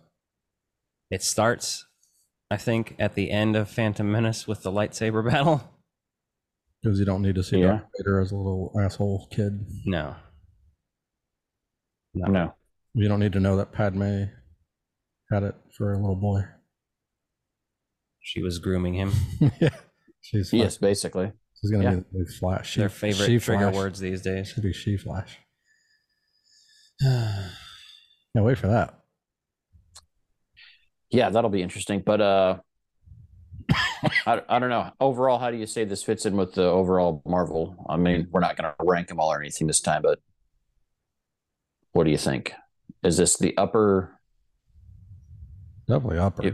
Speaker 3: It starts, I think, at the end of Phantom Menace with the lightsaber battle.
Speaker 2: Because you don't need to see
Speaker 1: Yeah.
Speaker 2: Darth Vader as a little asshole kid.
Speaker 3: No.
Speaker 1: No.
Speaker 2: You don't need to know that Padme had it for a little boy.
Speaker 3: She was
Speaker 2: <laughs>
Speaker 3: grooming him.
Speaker 2: yeah, she's
Speaker 1: Yes, basically.
Speaker 2: she's gonna
Speaker 3: Yeah.
Speaker 2: be the new Flash. She,
Speaker 3: Their favorite
Speaker 2: she
Speaker 3: trigger
Speaker 2: Flash.
Speaker 3: words these days.
Speaker 2: should be She Flash. <sighs> Can't wait for that.
Speaker 1: Yeah, that'll be interesting. But uh <laughs> I, I don't know. Overall, how do you say this fits in with the overall Marvel? I mean, we're not going to rank them all or anything this time, but what do you think? Is this the upper
Speaker 2: Definitely upper.
Speaker 1: Yeah.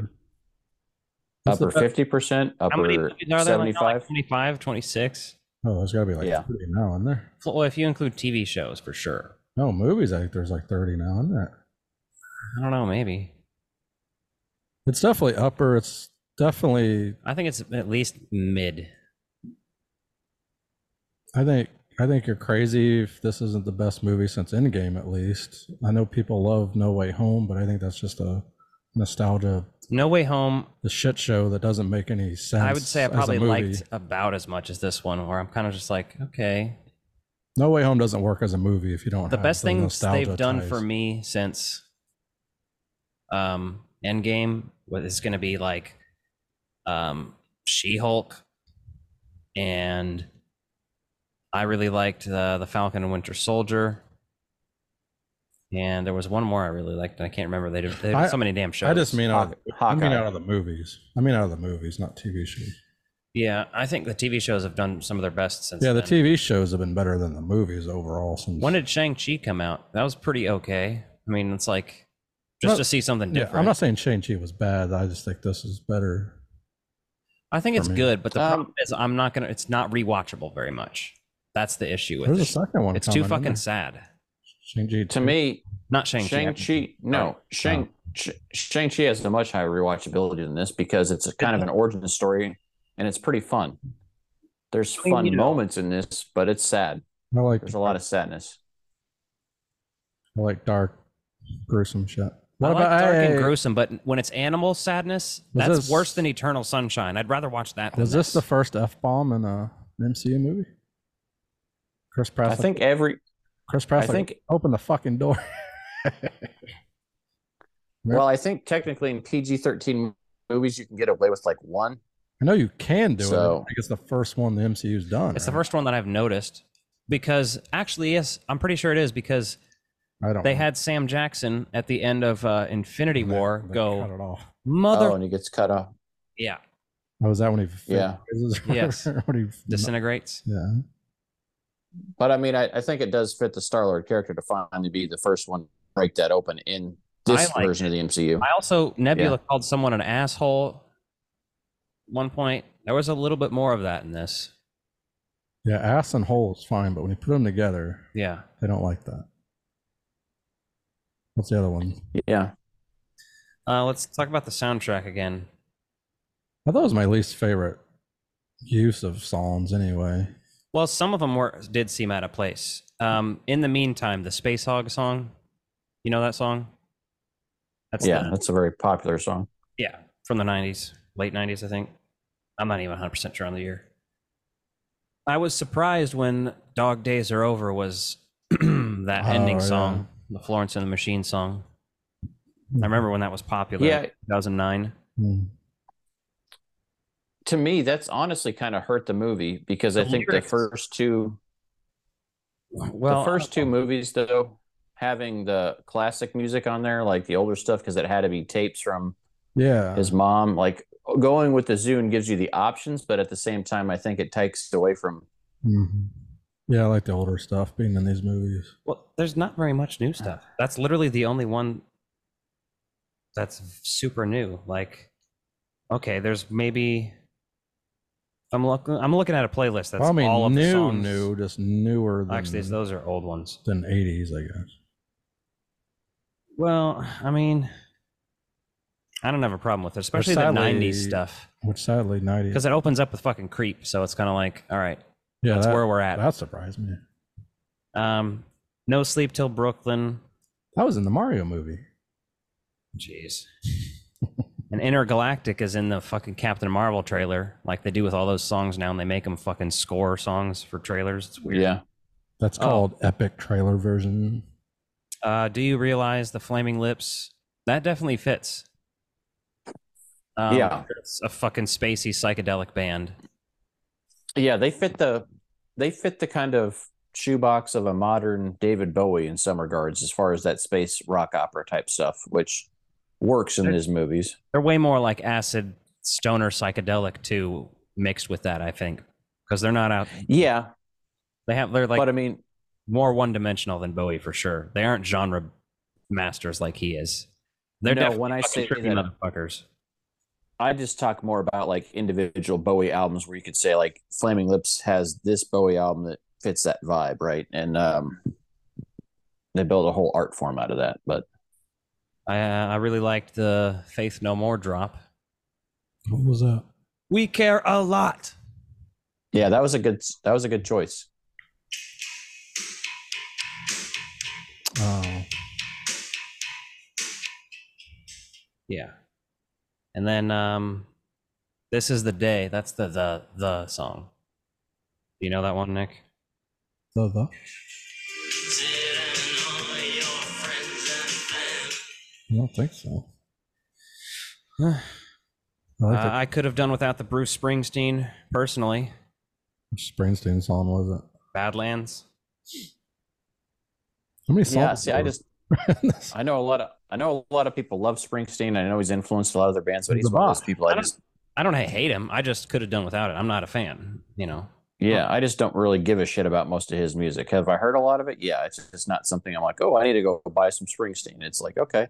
Speaker 2: That's the
Speaker 1: upper
Speaker 2: best-
Speaker 1: fifty percent,
Speaker 3: How many
Speaker 1: upper
Speaker 3: movies are there?
Speaker 1: seventy
Speaker 3: Like, now, like
Speaker 1: five?
Speaker 3: 25, 26?
Speaker 2: Oh, there's got to be like
Speaker 1: Yeah.
Speaker 2: 30 now, isn't there?
Speaker 3: Well, if you include TV shows, for sure.
Speaker 2: No, movies, I think there's like 30 now, isn't there?
Speaker 3: I don't know, maybe.
Speaker 2: It's definitely upper. It's definitely,
Speaker 3: I think it's at least mid.
Speaker 2: I think, I think you're crazy if this isn't the best movie since Endgame, at least. I know people love No Way Home, but I think that's just a nostalgia,
Speaker 3: No Way Home,
Speaker 2: the shit show that doesn't make any sense.
Speaker 3: I would say I
Speaker 2: as a
Speaker 3: probably
Speaker 2: movie.
Speaker 3: liked about as much as this one, where I'm kind of just like, okay.
Speaker 2: No Way Home doesn't work as a movie if you don't.
Speaker 3: The
Speaker 2: have
Speaker 3: best things
Speaker 2: nostalgia
Speaker 3: they've done
Speaker 2: ties.
Speaker 3: for me since um, Endgame wa- is going to be like um, She Hulk, and I really liked uh, the Falcon and Winter Soldier. And there was one more I really liked. and I can't remember. They did, they did
Speaker 2: I-
Speaker 3: so many damn shows.
Speaker 2: I just mean out. Of, the- I mean
Speaker 1: Hawkeye.
Speaker 2: out of the movies. I mean out of the movies, not TV shows.
Speaker 3: yeah, I think the TV shows have done some of their best since.
Speaker 2: Yeah, the
Speaker 3: then.
Speaker 2: TV shows have been better than the movies overall. Since
Speaker 3: When did Shang Chi come out? That was pretty okay. I mean, it's like just
Speaker 2: Well,
Speaker 3: to see something
Speaker 2: yeah,
Speaker 3: different.
Speaker 2: I'm not saying Shang Chi was bad. I just think this is better.
Speaker 3: I think
Speaker 2: for
Speaker 3: it's
Speaker 2: me.
Speaker 3: good, but the
Speaker 1: Um,
Speaker 3: problem is I'm not gonna. It's not rewatchable very much. That's the issue with
Speaker 2: There's a
Speaker 3: it.
Speaker 2: second one.
Speaker 3: It's too
Speaker 2: coming,
Speaker 3: fucking
Speaker 2: isn't
Speaker 3: sad.
Speaker 2: there? Shang Chi.
Speaker 1: To me,
Speaker 3: Not Shang
Speaker 1: Shang Chi. No, Shang Shang Chi has a much higher rewatchability than this because it's a kind of an origin story, and it's pretty fun. There's
Speaker 3: mean, you
Speaker 1: fun
Speaker 3: know.
Speaker 1: moments in this, but it's sad.
Speaker 2: I like
Speaker 1: There's a lot of sadness.
Speaker 2: I like dark, gruesome shit.
Speaker 3: I
Speaker 2: What
Speaker 3: like
Speaker 2: about
Speaker 3: dark and
Speaker 2: hey,
Speaker 3: gruesome, but when it's animal sadness,
Speaker 2: Was
Speaker 3: that's
Speaker 2: this-
Speaker 3: worse than Eternal Sunshine. I'd rather watch that. than
Speaker 2: Was this the first f bomb in a an MCU movie? Chris Pratt.
Speaker 1: I think every
Speaker 2: Chris Pratt.
Speaker 1: I think-
Speaker 2: open the fucking door. Yeah.
Speaker 1: well, I think technically in PG-13 movies you can get away with like one.
Speaker 2: I know you can do it. I
Speaker 1: So-
Speaker 2: think it's the first one the MCU's done.
Speaker 3: It's the
Speaker 2: right?
Speaker 3: first one that I've noticed because actually, yes, I'm pretty sure it is because
Speaker 2: I don't.
Speaker 3: They
Speaker 2: know.
Speaker 3: had Sam Jackson at the end of uh, Infinity
Speaker 2: They-
Speaker 3: War
Speaker 2: they Cut
Speaker 3: go,
Speaker 2: it off.
Speaker 3: mother.
Speaker 1: oh, and he gets cut off.
Speaker 3: yeah,
Speaker 2: Oh, was that when he?
Speaker 1: Yeah.
Speaker 3: <laughs> Yes.
Speaker 2: <laughs> when he,
Speaker 3: disintegrates.
Speaker 2: yeah.
Speaker 1: But I mean, I, I think it does fit the Star Lord character to finally be the first one to break that open in this
Speaker 3: I like
Speaker 1: version of the MCU.
Speaker 3: I also, Nebula called someone an asshole one point. There was a little bit more of that in this.
Speaker 2: Yeah. Ass and hole is fine, but when you put them together,
Speaker 3: Yeah.
Speaker 2: I don't like that. What's the other one?
Speaker 1: yeah,
Speaker 3: Uh, let's talk about the soundtrack again.
Speaker 2: I thought it was my least favorite use of Psalms anyway.
Speaker 3: Well, some of them were did seem out of place. Um, in the meantime, the Space Hog song, you know that song? That's
Speaker 1: yeah,
Speaker 3: the-
Speaker 1: that's a very popular song.
Speaker 3: yeah, from the '90s, late '90s, I think. I'm not even 100 percent sure on the year. I was surprised when "Dog Days Are Over" was <clears throat> that
Speaker 2: Oh,
Speaker 3: ending
Speaker 2: yeah.
Speaker 3: song, the Florence and the Machine song. I remember when that was popular.
Speaker 1: Yeah.
Speaker 3: 2009.
Speaker 2: Hmm.
Speaker 1: To me, that's honestly kind of hurt the movie because I
Speaker 3: The
Speaker 1: think
Speaker 3: lyrics.
Speaker 1: the first two,
Speaker 3: Well, uh,
Speaker 1: the
Speaker 3: um,
Speaker 1: first two movies though, having the classic music on there, like the older stuff, because it had to be tapes from
Speaker 2: Yeah.
Speaker 1: his mom like going with the zune gives you the options but at the same time i think it takes away from
Speaker 2: Mhm. Yeah, I like the older stuff being in these movies.
Speaker 3: Well, there's not very much new stuff. That's literally the only one that's super new. Like, okay, there's maybe I'm looking. I'm looking at a playlist that's
Speaker 2: Well, I mean,
Speaker 3: all of
Speaker 2: new,
Speaker 3: the songs.
Speaker 2: new, Hmm. just newer than
Speaker 3: Actually, those are old ones.
Speaker 2: than eighties, I guess.
Speaker 3: Well, I mean, I don't have a problem with it, especially
Speaker 2: sadly-
Speaker 3: the '90s stuff
Speaker 2: Which sadly nineties.
Speaker 3: because it opens up with fucking creep. So it's kind of like, all right,
Speaker 2: Yeah,
Speaker 3: that's
Speaker 2: that,
Speaker 3: where we're at.
Speaker 2: that surprised me.
Speaker 3: Um, no sleep till Brooklyn.
Speaker 2: That was in the Mario movie.
Speaker 3: Jeez. <laughs> and Intergalactic is in the fucking Captain Marvel trailer, like they do with all those songs now, and they make them fucking score songs for trailers. It's weird.
Speaker 1: yeah
Speaker 2: That's
Speaker 3: Oh.
Speaker 2: called epic trailer version.
Speaker 3: Uh, do you realize the Flaming Lips? That definitely fits. Um,
Speaker 1: Yeah.
Speaker 3: It's a fucking spacey psychedelic band.
Speaker 1: yeah they fit the they fit the kind of shoebox of a modern david bowie in some regards as far as that space rock opera type stuff which works in his movies
Speaker 3: They're way more like acid stoner psychedelic too, mixed with that. I think because they're not out.
Speaker 1: yeah
Speaker 3: They have they're like
Speaker 1: but i mean
Speaker 3: more one dimensional than Bowie for sure. They aren't genre masters like he is. They're
Speaker 1: No,
Speaker 3: definitely
Speaker 1: when I
Speaker 3: fucking
Speaker 1: say
Speaker 3: trippy
Speaker 1: that-
Speaker 3: motherfuckers.
Speaker 1: i just talk more about like individual bowie albums where you could say like flaming lips has this bowie album that fits that vibe right and um they build a whole art form out of that but
Speaker 3: I uh, I really liked the Faith No More drop.
Speaker 2: What was that?
Speaker 3: We care a lot.
Speaker 1: Yeah, that was a good that was a good choice.
Speaker 2: Oh,
Speaker 3: Yeah. And then um this is the day. That's the the the song. Do you know that one, Nick?
Speaker 2: the, the. I don't think so. <sighs> I like
Speaker 3: Uh, I could have done without the Bruce Springsteen personally.
Speaker 2: the Springsteen song, was it?
Speaker 3: Badlands.
Speaker 2: How many
Speaker 1: yeah,
Speaker 2: songs?
Speaker 1: see, I just
Speaker 2: <laughs> just
Speaker 1: I know a lot of I know a lot of people love Springsteen. I know he's influenced a lot of their bands, but
Speaker 2: He's
Speaker 1: he's
Speaker 2: the
Speaker 1: one of
Speaker 2: boss.
Speaker 1: those people.
Speaker 3: I
Speaker 1: I
Speaker 3: don't-
Speaker 1: just
Speaker 3: I don't hate him. I just could have done without it. I'm not a fan, you know.
Speaker 1: yeah, I just don't really give a shit about most of his music. Have I heard a lot of it? Yeah, it's just not something I'm like, oh, I need to go buy some Springsteen. It's like okay.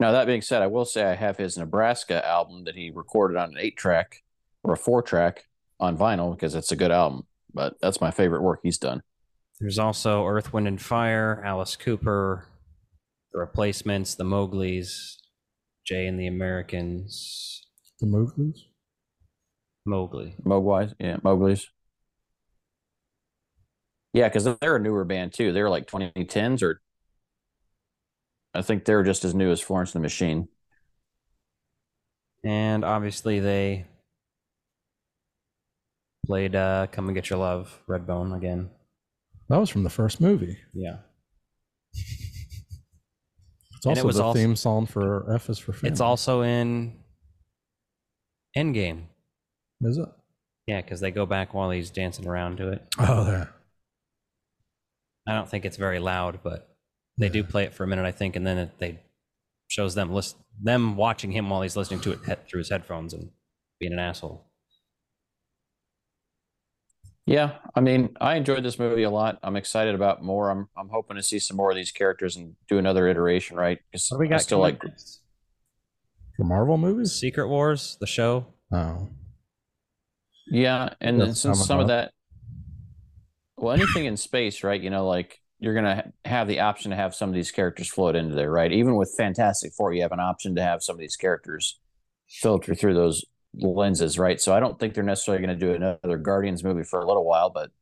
Speaker 1: Now that being said, I will say I have his Nebraska album that he recorded on an eight track or a four track on vinyl because it's a good album. But that's my favorite work he's done.
Speaker 3: There's also Earth, Wind, and Fire, Alice Cooper, The Replacements, The Mowglis, Jay and the Americans,
Speaker 2: the movies.
Speaker 3: Mowgli.
Speaker 1: Mogwai's, yeah, Mowgli's. Yeah, because they're a newer band too. They're like 2010s, or I think they're just as new as Florence and the Machine.
Speaker 3: And obviously, they played uh, Come and Get Your Love, Redbone again.
Speaker 2: That was from the first movie.
Speaker 3: Yeah.
Speaker 2: It's
Speaker 3: And it
Speaker 2: also
Speaker 3: was
Speaker 2: the
Speaker 3: also-
Speaker 2: theme song for F is for Family.
Speaker 3: It's also in Endgame.
Speaker 2: Is it?
Speaker 3: Yeah, because they go back while he's dancing around to it.
Speaker 2: Oh, there.
Speaker 3: I don't think it's very loud, but They do play it for a minute, I think, and then it, they shows them list them watching him while he's listening to it he- through his headphones and being an asshole.
Speaker 1: Yeah, I mean, I enjoyed this movie a lot. I'm excited about more. I'm I'm hoping to see some more of these characters and do another iteration, right? 'Cause
Speaker 3: What do we
Speaker 1: I
Speaker 3: got
Speaker 1: still
Speaker 3: coming
Speaker 1: like
Speaker 3: next?
Speaker 2: For Marvel movies?
Speaker 3: Secret Wars, the show.
Speaker 2: Oh.
Speaker 1: Yeah, and then
Speaker 2: That's
Speaker 1: since
Speaker 2: some of
Speaker 1: some of
Speaker 2: that.
Speaker 1: that, well, anything in space, right? You know, like you're gonna ha- have the option to have some of these characters float into there, right? Even with Fantastic Four, you have an option to have some of these characters filter through those lenses, right? So I don't think they're necessarily gonna do another Guardians movie for a little while, but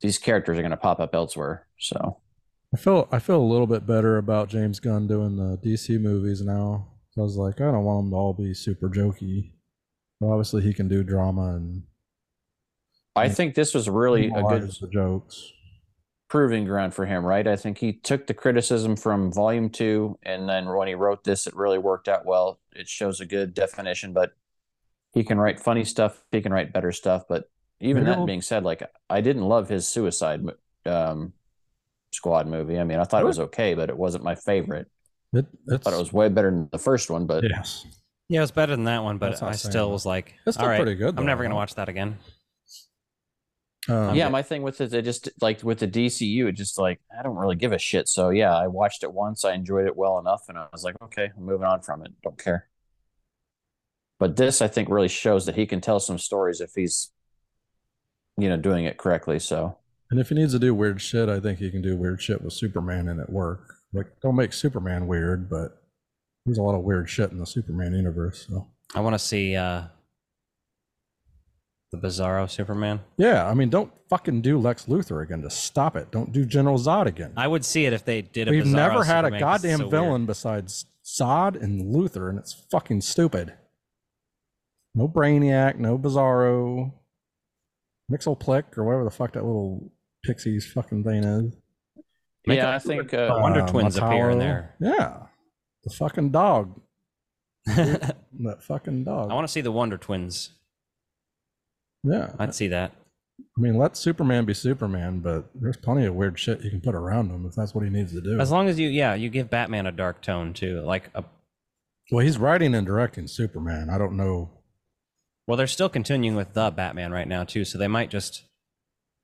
Speaker 1: these characters are gonna pop up elsewhere. So
Speaker 2: I feel I feel a little bit better about James Gunn doing the DC movies now. I was like, I don't want them to all be super jokey. But obviously, he can do drama and
Speaker 1: I
Speaker 2: Yeah.
Speaker 1: think this was really a good
Speaker 2: utilize the jokes.
Speaker 1: proving ground for him, right? I think he took the criticism from volume two, and then when he wrote this, it really worked out well. It shows a good definition, but he can write funny stuff, he can write better stuff. But even
Speaker 2: Maybe
Speaker 1: that
Speaker 2: I'll-
Speaker 1: being said, like I didn't love his suicide mo- um, squad movie. I mean, I thought it was okay, but it wasn't my favorite.
Speaker 2: It,
Speaker 1: I
Speaker 2: it's,
Speaker 1: thought it was way better than the first one, but
Speaker 2: yes.
Speaker 3: Yeah, it was better than that one, but
Speaker 2: That's what
Speaker 3: I
Speaker 2: I'm saying,
Speaker 3: still
Speaker 2: though.
Speaker 3: was like,
Speaker 2: It's still
Speaker 3: all right,
Speaker 2: pretty good,
Speaker 3: I'm never
Speaker 2: though,
Speaker 3: gonna
Speaker 2: huh?
Speaker 3: watch that again.
Speaker 2: Um,
Speaker 1: yeah, my thing with it, it just like with the DCU, it just like I don't really give a shit. So yeah, I watched it once, I enjoyed it well enough, and I was like, okay, I'm moving on from it. Don't care. But this, I think, really shows that he can tell some stories if he's, you know, doing it correctly. So
Speaker 2: And if he needs to do weird shit, I think he can do weird shit with Superman and at work. Like, don't make Superman weird, but there's a lot of weird shit in the Superman universe. So,
Speaker 3: I want to see uh, the Bizarro Superman.
Speaker 2: yeah, I mean, don't fucking do Lex Luthor again. Just stop it. Don't do General Zod again.
Speaker 3: I would see it if they did. a
Speaker 2: We've
Speaker 3: Bizarro
Speaker 2: never had a
Speaker 3: Superman 'cause it's
Speaker 2: goddamn
Speaker 3: so weird.
Speaker 2: villain besides Zod and Luthor, and it's fucking stupid. No Brainiac, no Bizarro, Mixelplick, or whatever the fuck that little pixie's fucking thing is.
Speaker 3: Make
Speaker 1: yeah,
Speaker 3: up
Speaker 1: I
Speaker 3: for
Speaker 1: think
Speaker 2: Uh,
Speaker 1: uh,
Speaker 3: Wonder Twins appear in there.
Speaker 2: Yeah, the fucking dog.
Speaker 3: <laughs> I
Speaker 2: That fucking dog.
Speaker 3: want to see the Wonder Twins.
Speaker 2: yeah. I
Speaker 3: I'd see that.
Speaker 2: mean, let Superman be Superman, but there's plenty of weird shit you can put around him if that's what he needs to do.
Speaker 3: As long as you, yeah, you give Batman a dark tone too. Like, a,
Speaker 2: well, he's writing and directing Superman. I don't know.
Speaker 3: well, they're still continuing with the Batman right now too, so they might just.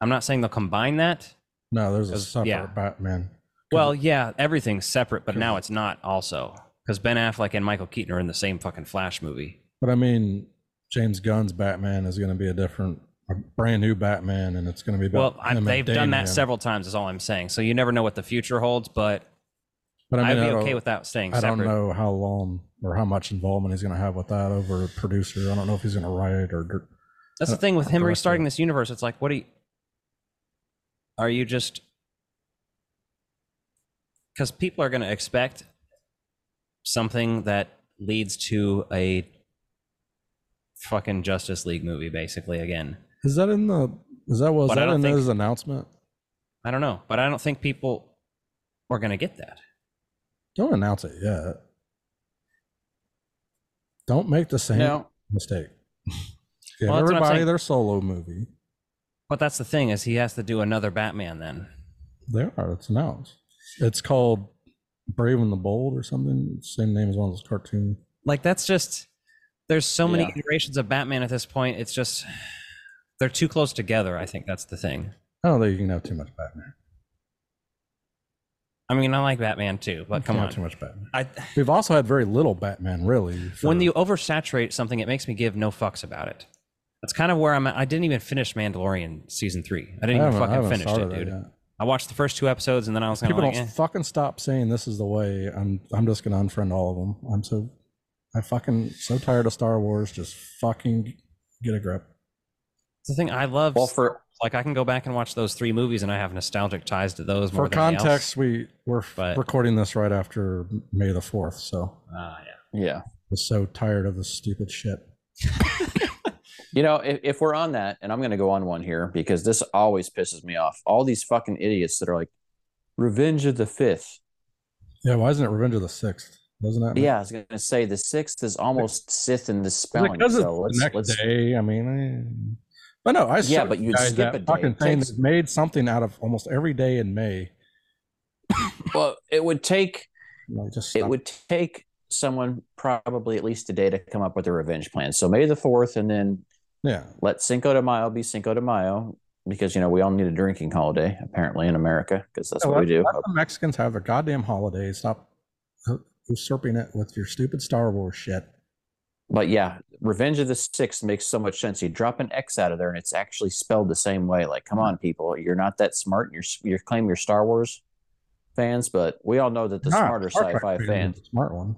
Speaker 3: I'm not saying they'll combine that.
Speaker 2: No, there's a
Speaker 3: As-
Speaker 2: separate
Speaker 3: yeah.
Speaker 2: Batman.
Speaker 3: Well, yeah, everything's separate, but now it's not also because Ben Affleck and Michael Keaton are in the same fucking Flash movie.
Speaker 2: But I mean, James Gunn's Batman is going to be a different, a brand new Batman, and it's going to be
Speaker 3: Well,
Speaker 2: about
Speaker 3: I,
Speaker 2: him and
Speaker 3: they've done that
Speaker 2: Damian.
Speaker 3: several times. Is all I'm saying. So you never know what the future holds, but
Speaker 2: But
Speaker 3: I
Speaker 2: I mean,
Speaker 3: would
Speaker 2: I
Speaker 3: be
Speaker 2: don't-
Speaker 3: okay with that staying
Speaker 2: I
Speaker 3: separate.
Speaker 2: don't know how long or how much involvement he's going to have with that over a producer. I don't know if he's going to write or dir-
Speaker 3: That's the
Speaker 2: Uh,
Speaker 3: thing with him
Speaker 2: director.
Speaker 3: restarting this universe. It's like, what are you? Are you just? Because people are going to expect something that leads to a fucking Justice League movie, basically. Again,
Speaker 2: Is that in the? Is that was
Speaker 3: But I
Speaker 2: that
Speaker 3: don't
Speaker 2: in
Speaker 3: think-
Speaker 2: his announcement?
Speaker 3: I don't know, but I don't think people are going to get that.
Speaker 2: Don't announce it yet. Don't make the same
Speaker 1: no,
Speaker 2: mistake. <laughs> Give
Speaker 3: Well, that's what I'm
Speaker 2: everybody
Speaker 3: saying.
Speaker 2: their solo movie.
Speaker 3: But that's the thing is he has to do another Batman then.
Speaker 2: There are. It's announced. It's called Brave and the Bold or something. Same name as one of those cartoons.
Speaker 3: Like that's just there's so many
Speaker 1: Yeah.
Speaker 3: iterations of Batman at this point. It's just they're too close together. I think that's the thing.
Speaker 2: I don't think you can have too much Batman.
Speaker 3: I mean, I like Batman too, but come
Speaker 2: Can't
Speaker 3: on.
Speaker 2: have too much Batman.
Speaker 3: I,
Speaker 2: We've also had very little Batman, really. for-
Speaker 3: when you oversaturate something, it makes me give no fucks about it. That's kind of where I'm at. I didn't even finish Mandalorian season three. I didn't even
Speaker 2: haven't-
Speaker 3: fucking
Speaker 2: haven't
Speaker 3: finish it,
Speaker 2: started
Speaker 3: dude.
Speaker 2: yet.
Speaker 3: I watched the first two episodes and then I was kind of
Speaker 2: People
Speaker 3: like,
Speaker 2: don't
Speaker 3: eh.
Speaker 2: fucking stop saying this is the way. I'm I'm just gonna unfriend all of them. I'm so I fucking so tired of Star Wars. Just fucking get a grip.
Speaker 3: It's the thing I love.
Speaker 1: well for
Speaker 3: like I can go back and watch those three movies and I have nostalgic ties to those. More
Speaker 2: For
Speaker 3: than anything
Speaker 2: context, we we're f-
Speaker 3: But-
Speaker 2: recording this right after May the fourth, so
Speaker 3: else. Ah, yeah.
Speaker 1: yeah,
Speaker 2: I'm so tired of this stupid shit.
Speaker 1: You know, if, if we're on that, and I'm going to go on one here because this always pisses me off. All these fucking idiots that are like, Revenge of the Fifth.
Speaker 2: Yeah, why isn't it Revenge of the Sixth? Doesn't that?
Speaker 1: Yeah, I was going to say the sixth is almost Sith in the spelling.
Speaker 2: because it's
Speaker 1: so
Speaker 2: the
Speaker 1: let's,
Speaker 2: next
Speaker 1: let's,
Speaker 2: day. I mean, eh. but no, I
Speaker 1: Yeah,
Speaker 2: saw
Speaker 1: but you'd
Speaker 2: guys
Speaker 1: skip
Speaker 2: that
Speaker 1: a day.
Speaker 2: Fucking
Speaker 1: It
Speaker 2: thing
Speaker 1: takes-
Speaker 2: that made something out of almost every day in May.
Speaker 1: Well, it would take
Speaker 2: You know, just
Speaker 1: it
Speaker 2: stop.
Speaker 1: would take someone probably at least a day to come up with a revenge plan. So May the fourth, and then
Speaker 2: yeah.
Speaker 1: let Cinco de Mayo be Cinco de Mayo because you know we all need a drinking holiday apparently in America because that's
Speaker 2: Yeah,
Speaker 1: what we do.
Speaker 2: Let the Mexicans have their goddamn holiday. Stop usurping it with your stupid Star Wars shit.
Speaker 1: But yeah, Revenge of the Sixth makes so much sense. You drop an X out of there, and it's actually spelled the same way. Like, come on, people, you're not that smart. You're you claim you're Star Wars fans, but we all know that the
Speaker 2: Nah,
Speaker 1: smarter
Speaker 2: Star Trek
Speaker 1: sci-fi
Speaker 2: fans are
Speaker 1: fans.
Speaker 2: the smart one.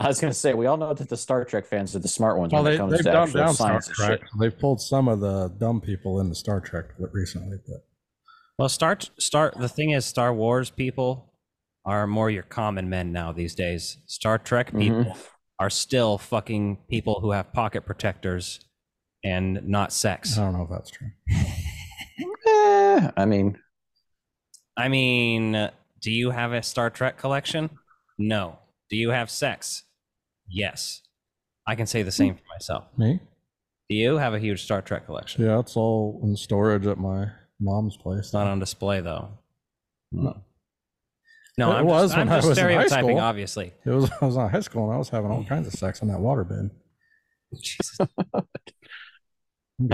Speaker 1: I was gonna say we all know that the Star Trek fans are the smart ones
Speaker 2: Well,
Speaker 1: when
Speaker 2: they,
Speaker 1: it comes
Speaker 2: they've
Speaker 1: to
Speaker 2: dumbed
Speaker 1: actual
Speaker 2: down Star
Speaker 1: science and
Speaker 2: Trek.
Speaker 1: shit.
Speaker 2: They've pulled some of the dumb people into Star Trek recently, but
Speaker 3: Well, start start. The thing is, Star Wars people are more your common men now these days. Star Trek
Speaker 2: Mm-hmm.
Speaker 3: people are still fucking people who have pocket protectors and not sex.
Speaker 2: I don't know if that's true.
Speaker 1: Eh, I mean,
Speaker 3: I mean, do you have a Star Trek collection? No. Do you have sex? Yes. I can say the same for myself.
Speaker 2: Me?
Speaker 3: Do you have a huge Star Trek collection?
Speaker 2: Yeah, it's all in storage at my mom's place.
Speaker 3: It's not on display though.
Speaker 1: uh,
Speaker 2: No.
Speaker 3: No,
Speaker 2: It
Speaker 3: I'm
Speaker 2: was
Speaker 3: just,
Speaker 2: when
Speaker 3: I'm
Speaker 2: I
Speaker 3: just
Speaker 2: was in high
Speaker 3: stereotyping,
Speaker 2: school.
Speaker 3: obviously.
Speaker 2: It was I was in high school and I was having all kinds of sex on that waterbed. Hmm.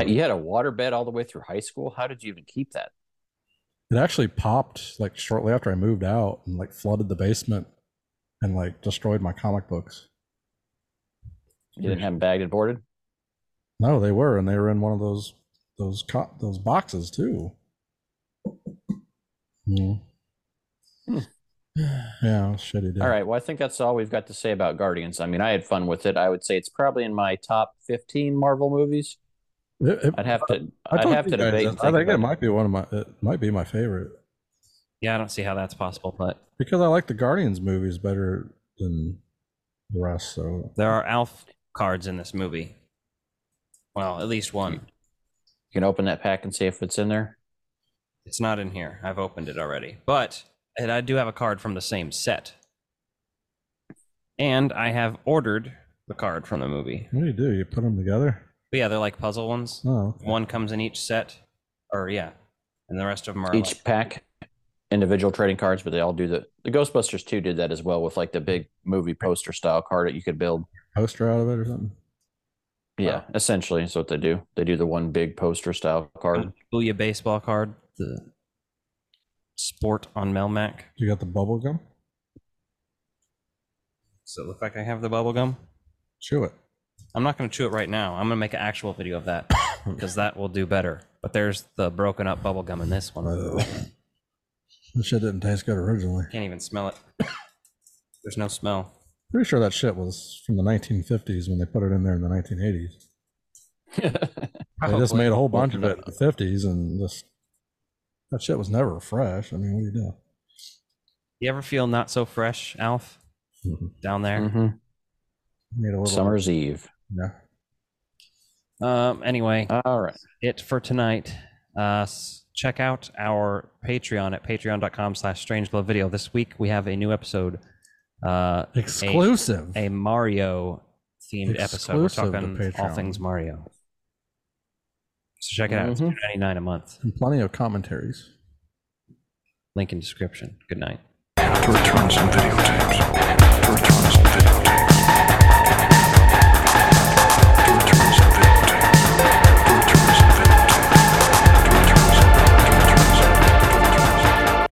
Speaker 1: you had a waterbed all the way through high school. How did you even keep that?
Speaker 2: It actually popped like shortly after I moved out and like flooded the basement and like destroyed my comic books.
Speaker 1: You didn't have them bagged and boarded.
Speaker 2: No, they were, and they were in one of those those co- those boxes too. Yeah. Yeah, it was shitty. dude.
Speaker 1: Hmm. All right. Well, I think that's all we've got to say about Guardians. I mean, I had fun with it. I would say it's probably in my top 15 Marvel movies.
Speaker 2: It- it-
Speaker 1: I'd have to.
Speaker 2: I
Speaker 1: I'd
Speaker 2: told
Speaker 1: have
Speaker 2: you
Speaker 1: to
Speaker 2: guys
Speaker 1: debate.
Speaker 2: this.
Speaker 1: and
Speaker 2: I
Speaker 1: think
Speaker 2: think it
Speaker 1: about
Speaker 2: might be one of my it might be my favorite
Speaker 3: Yeah, I don't see how that's possible, but
Speaker 2: because I like the Guardians movies better than the rest. So
Speaker 3: there are Alf cards in this movie. Well, at least one.
Speaker 1: You can open that pack and see if it's in there.
Speaker 3: It's not in here. I've opened it already. But and I do have a card from the same set. And I have ordered the card from the movie.
Speaker 2: what do you do? You put them together?
Speaker 3: But yeah, they're like puzzle ones.
Speaker 2: Oh,
Speaker 3: One comes in each set, or yeah, and the rest of them are
Speaker 1: Each pack, individual trading cards, but they all do the. The Ghostbusters 2 did that as well with like the big movie poster style card that you could build.
Speaker 2: poster out of it or something.
Speaker 1: Yeah, essentially, is what they do. They do the one big poster style
Speaker 3: like
Speaker 1: card.
Speaker 3: Booyah baseball card, the sport on Melmac.
Speaker 2: You got the bubble gum?
Speaker 3: Does it look like I have the bubble gum?
Speaker 2: Chew it.
Speaker 3: I'm not going to chew it right now. I'm going to make an actual video of that <coughs> because that will do better. But there's the broken up bubble gum in this one.
Speaker 2: Uh, that shit didn't taste good originally.
Speaker 3: Can't even smell it. <coughs> There's no smell.
Speaker 2: Pretty sure that shit was from the 1950s when they put it in there in the 1980s.
Speaker 1: <laughs>
Speaker 2: They just made a whole bunch of it in the 50s and just that shit was never fresh. I mean, what do you do?
Speaker 3: You ever feel not so fresh, Alf? Down there.
Speaker 1: Mhm.
Speaker 2: Made a little
Speaker 1: Summer's Eve.
Speaker 2: Yeah.
Speaker 3: Um, anyway,
Speaker 1: All right.
Speaker 3: it for tonight. Uh, s- check out our Patreon at patreon.com slash strange glove video. This week we have a new episode, uh,
Speaker 2: Exclusive.
Speaker 3: a Mario themed episode. We're
Speaker 2: Exclusive to
Speaker 3: talking all
Speaker 2: Patreon.
Speaker 3: things Mario. So check it out. It's
Speaker 1: Mhm.
Speaker 2: Mm-hmm.
Speaker 3: $2.99 a month.
Speaker 2: and plenty of commentaries.
Speaker 3: Link in description. Good night.
Speaker 7: Return some videotape.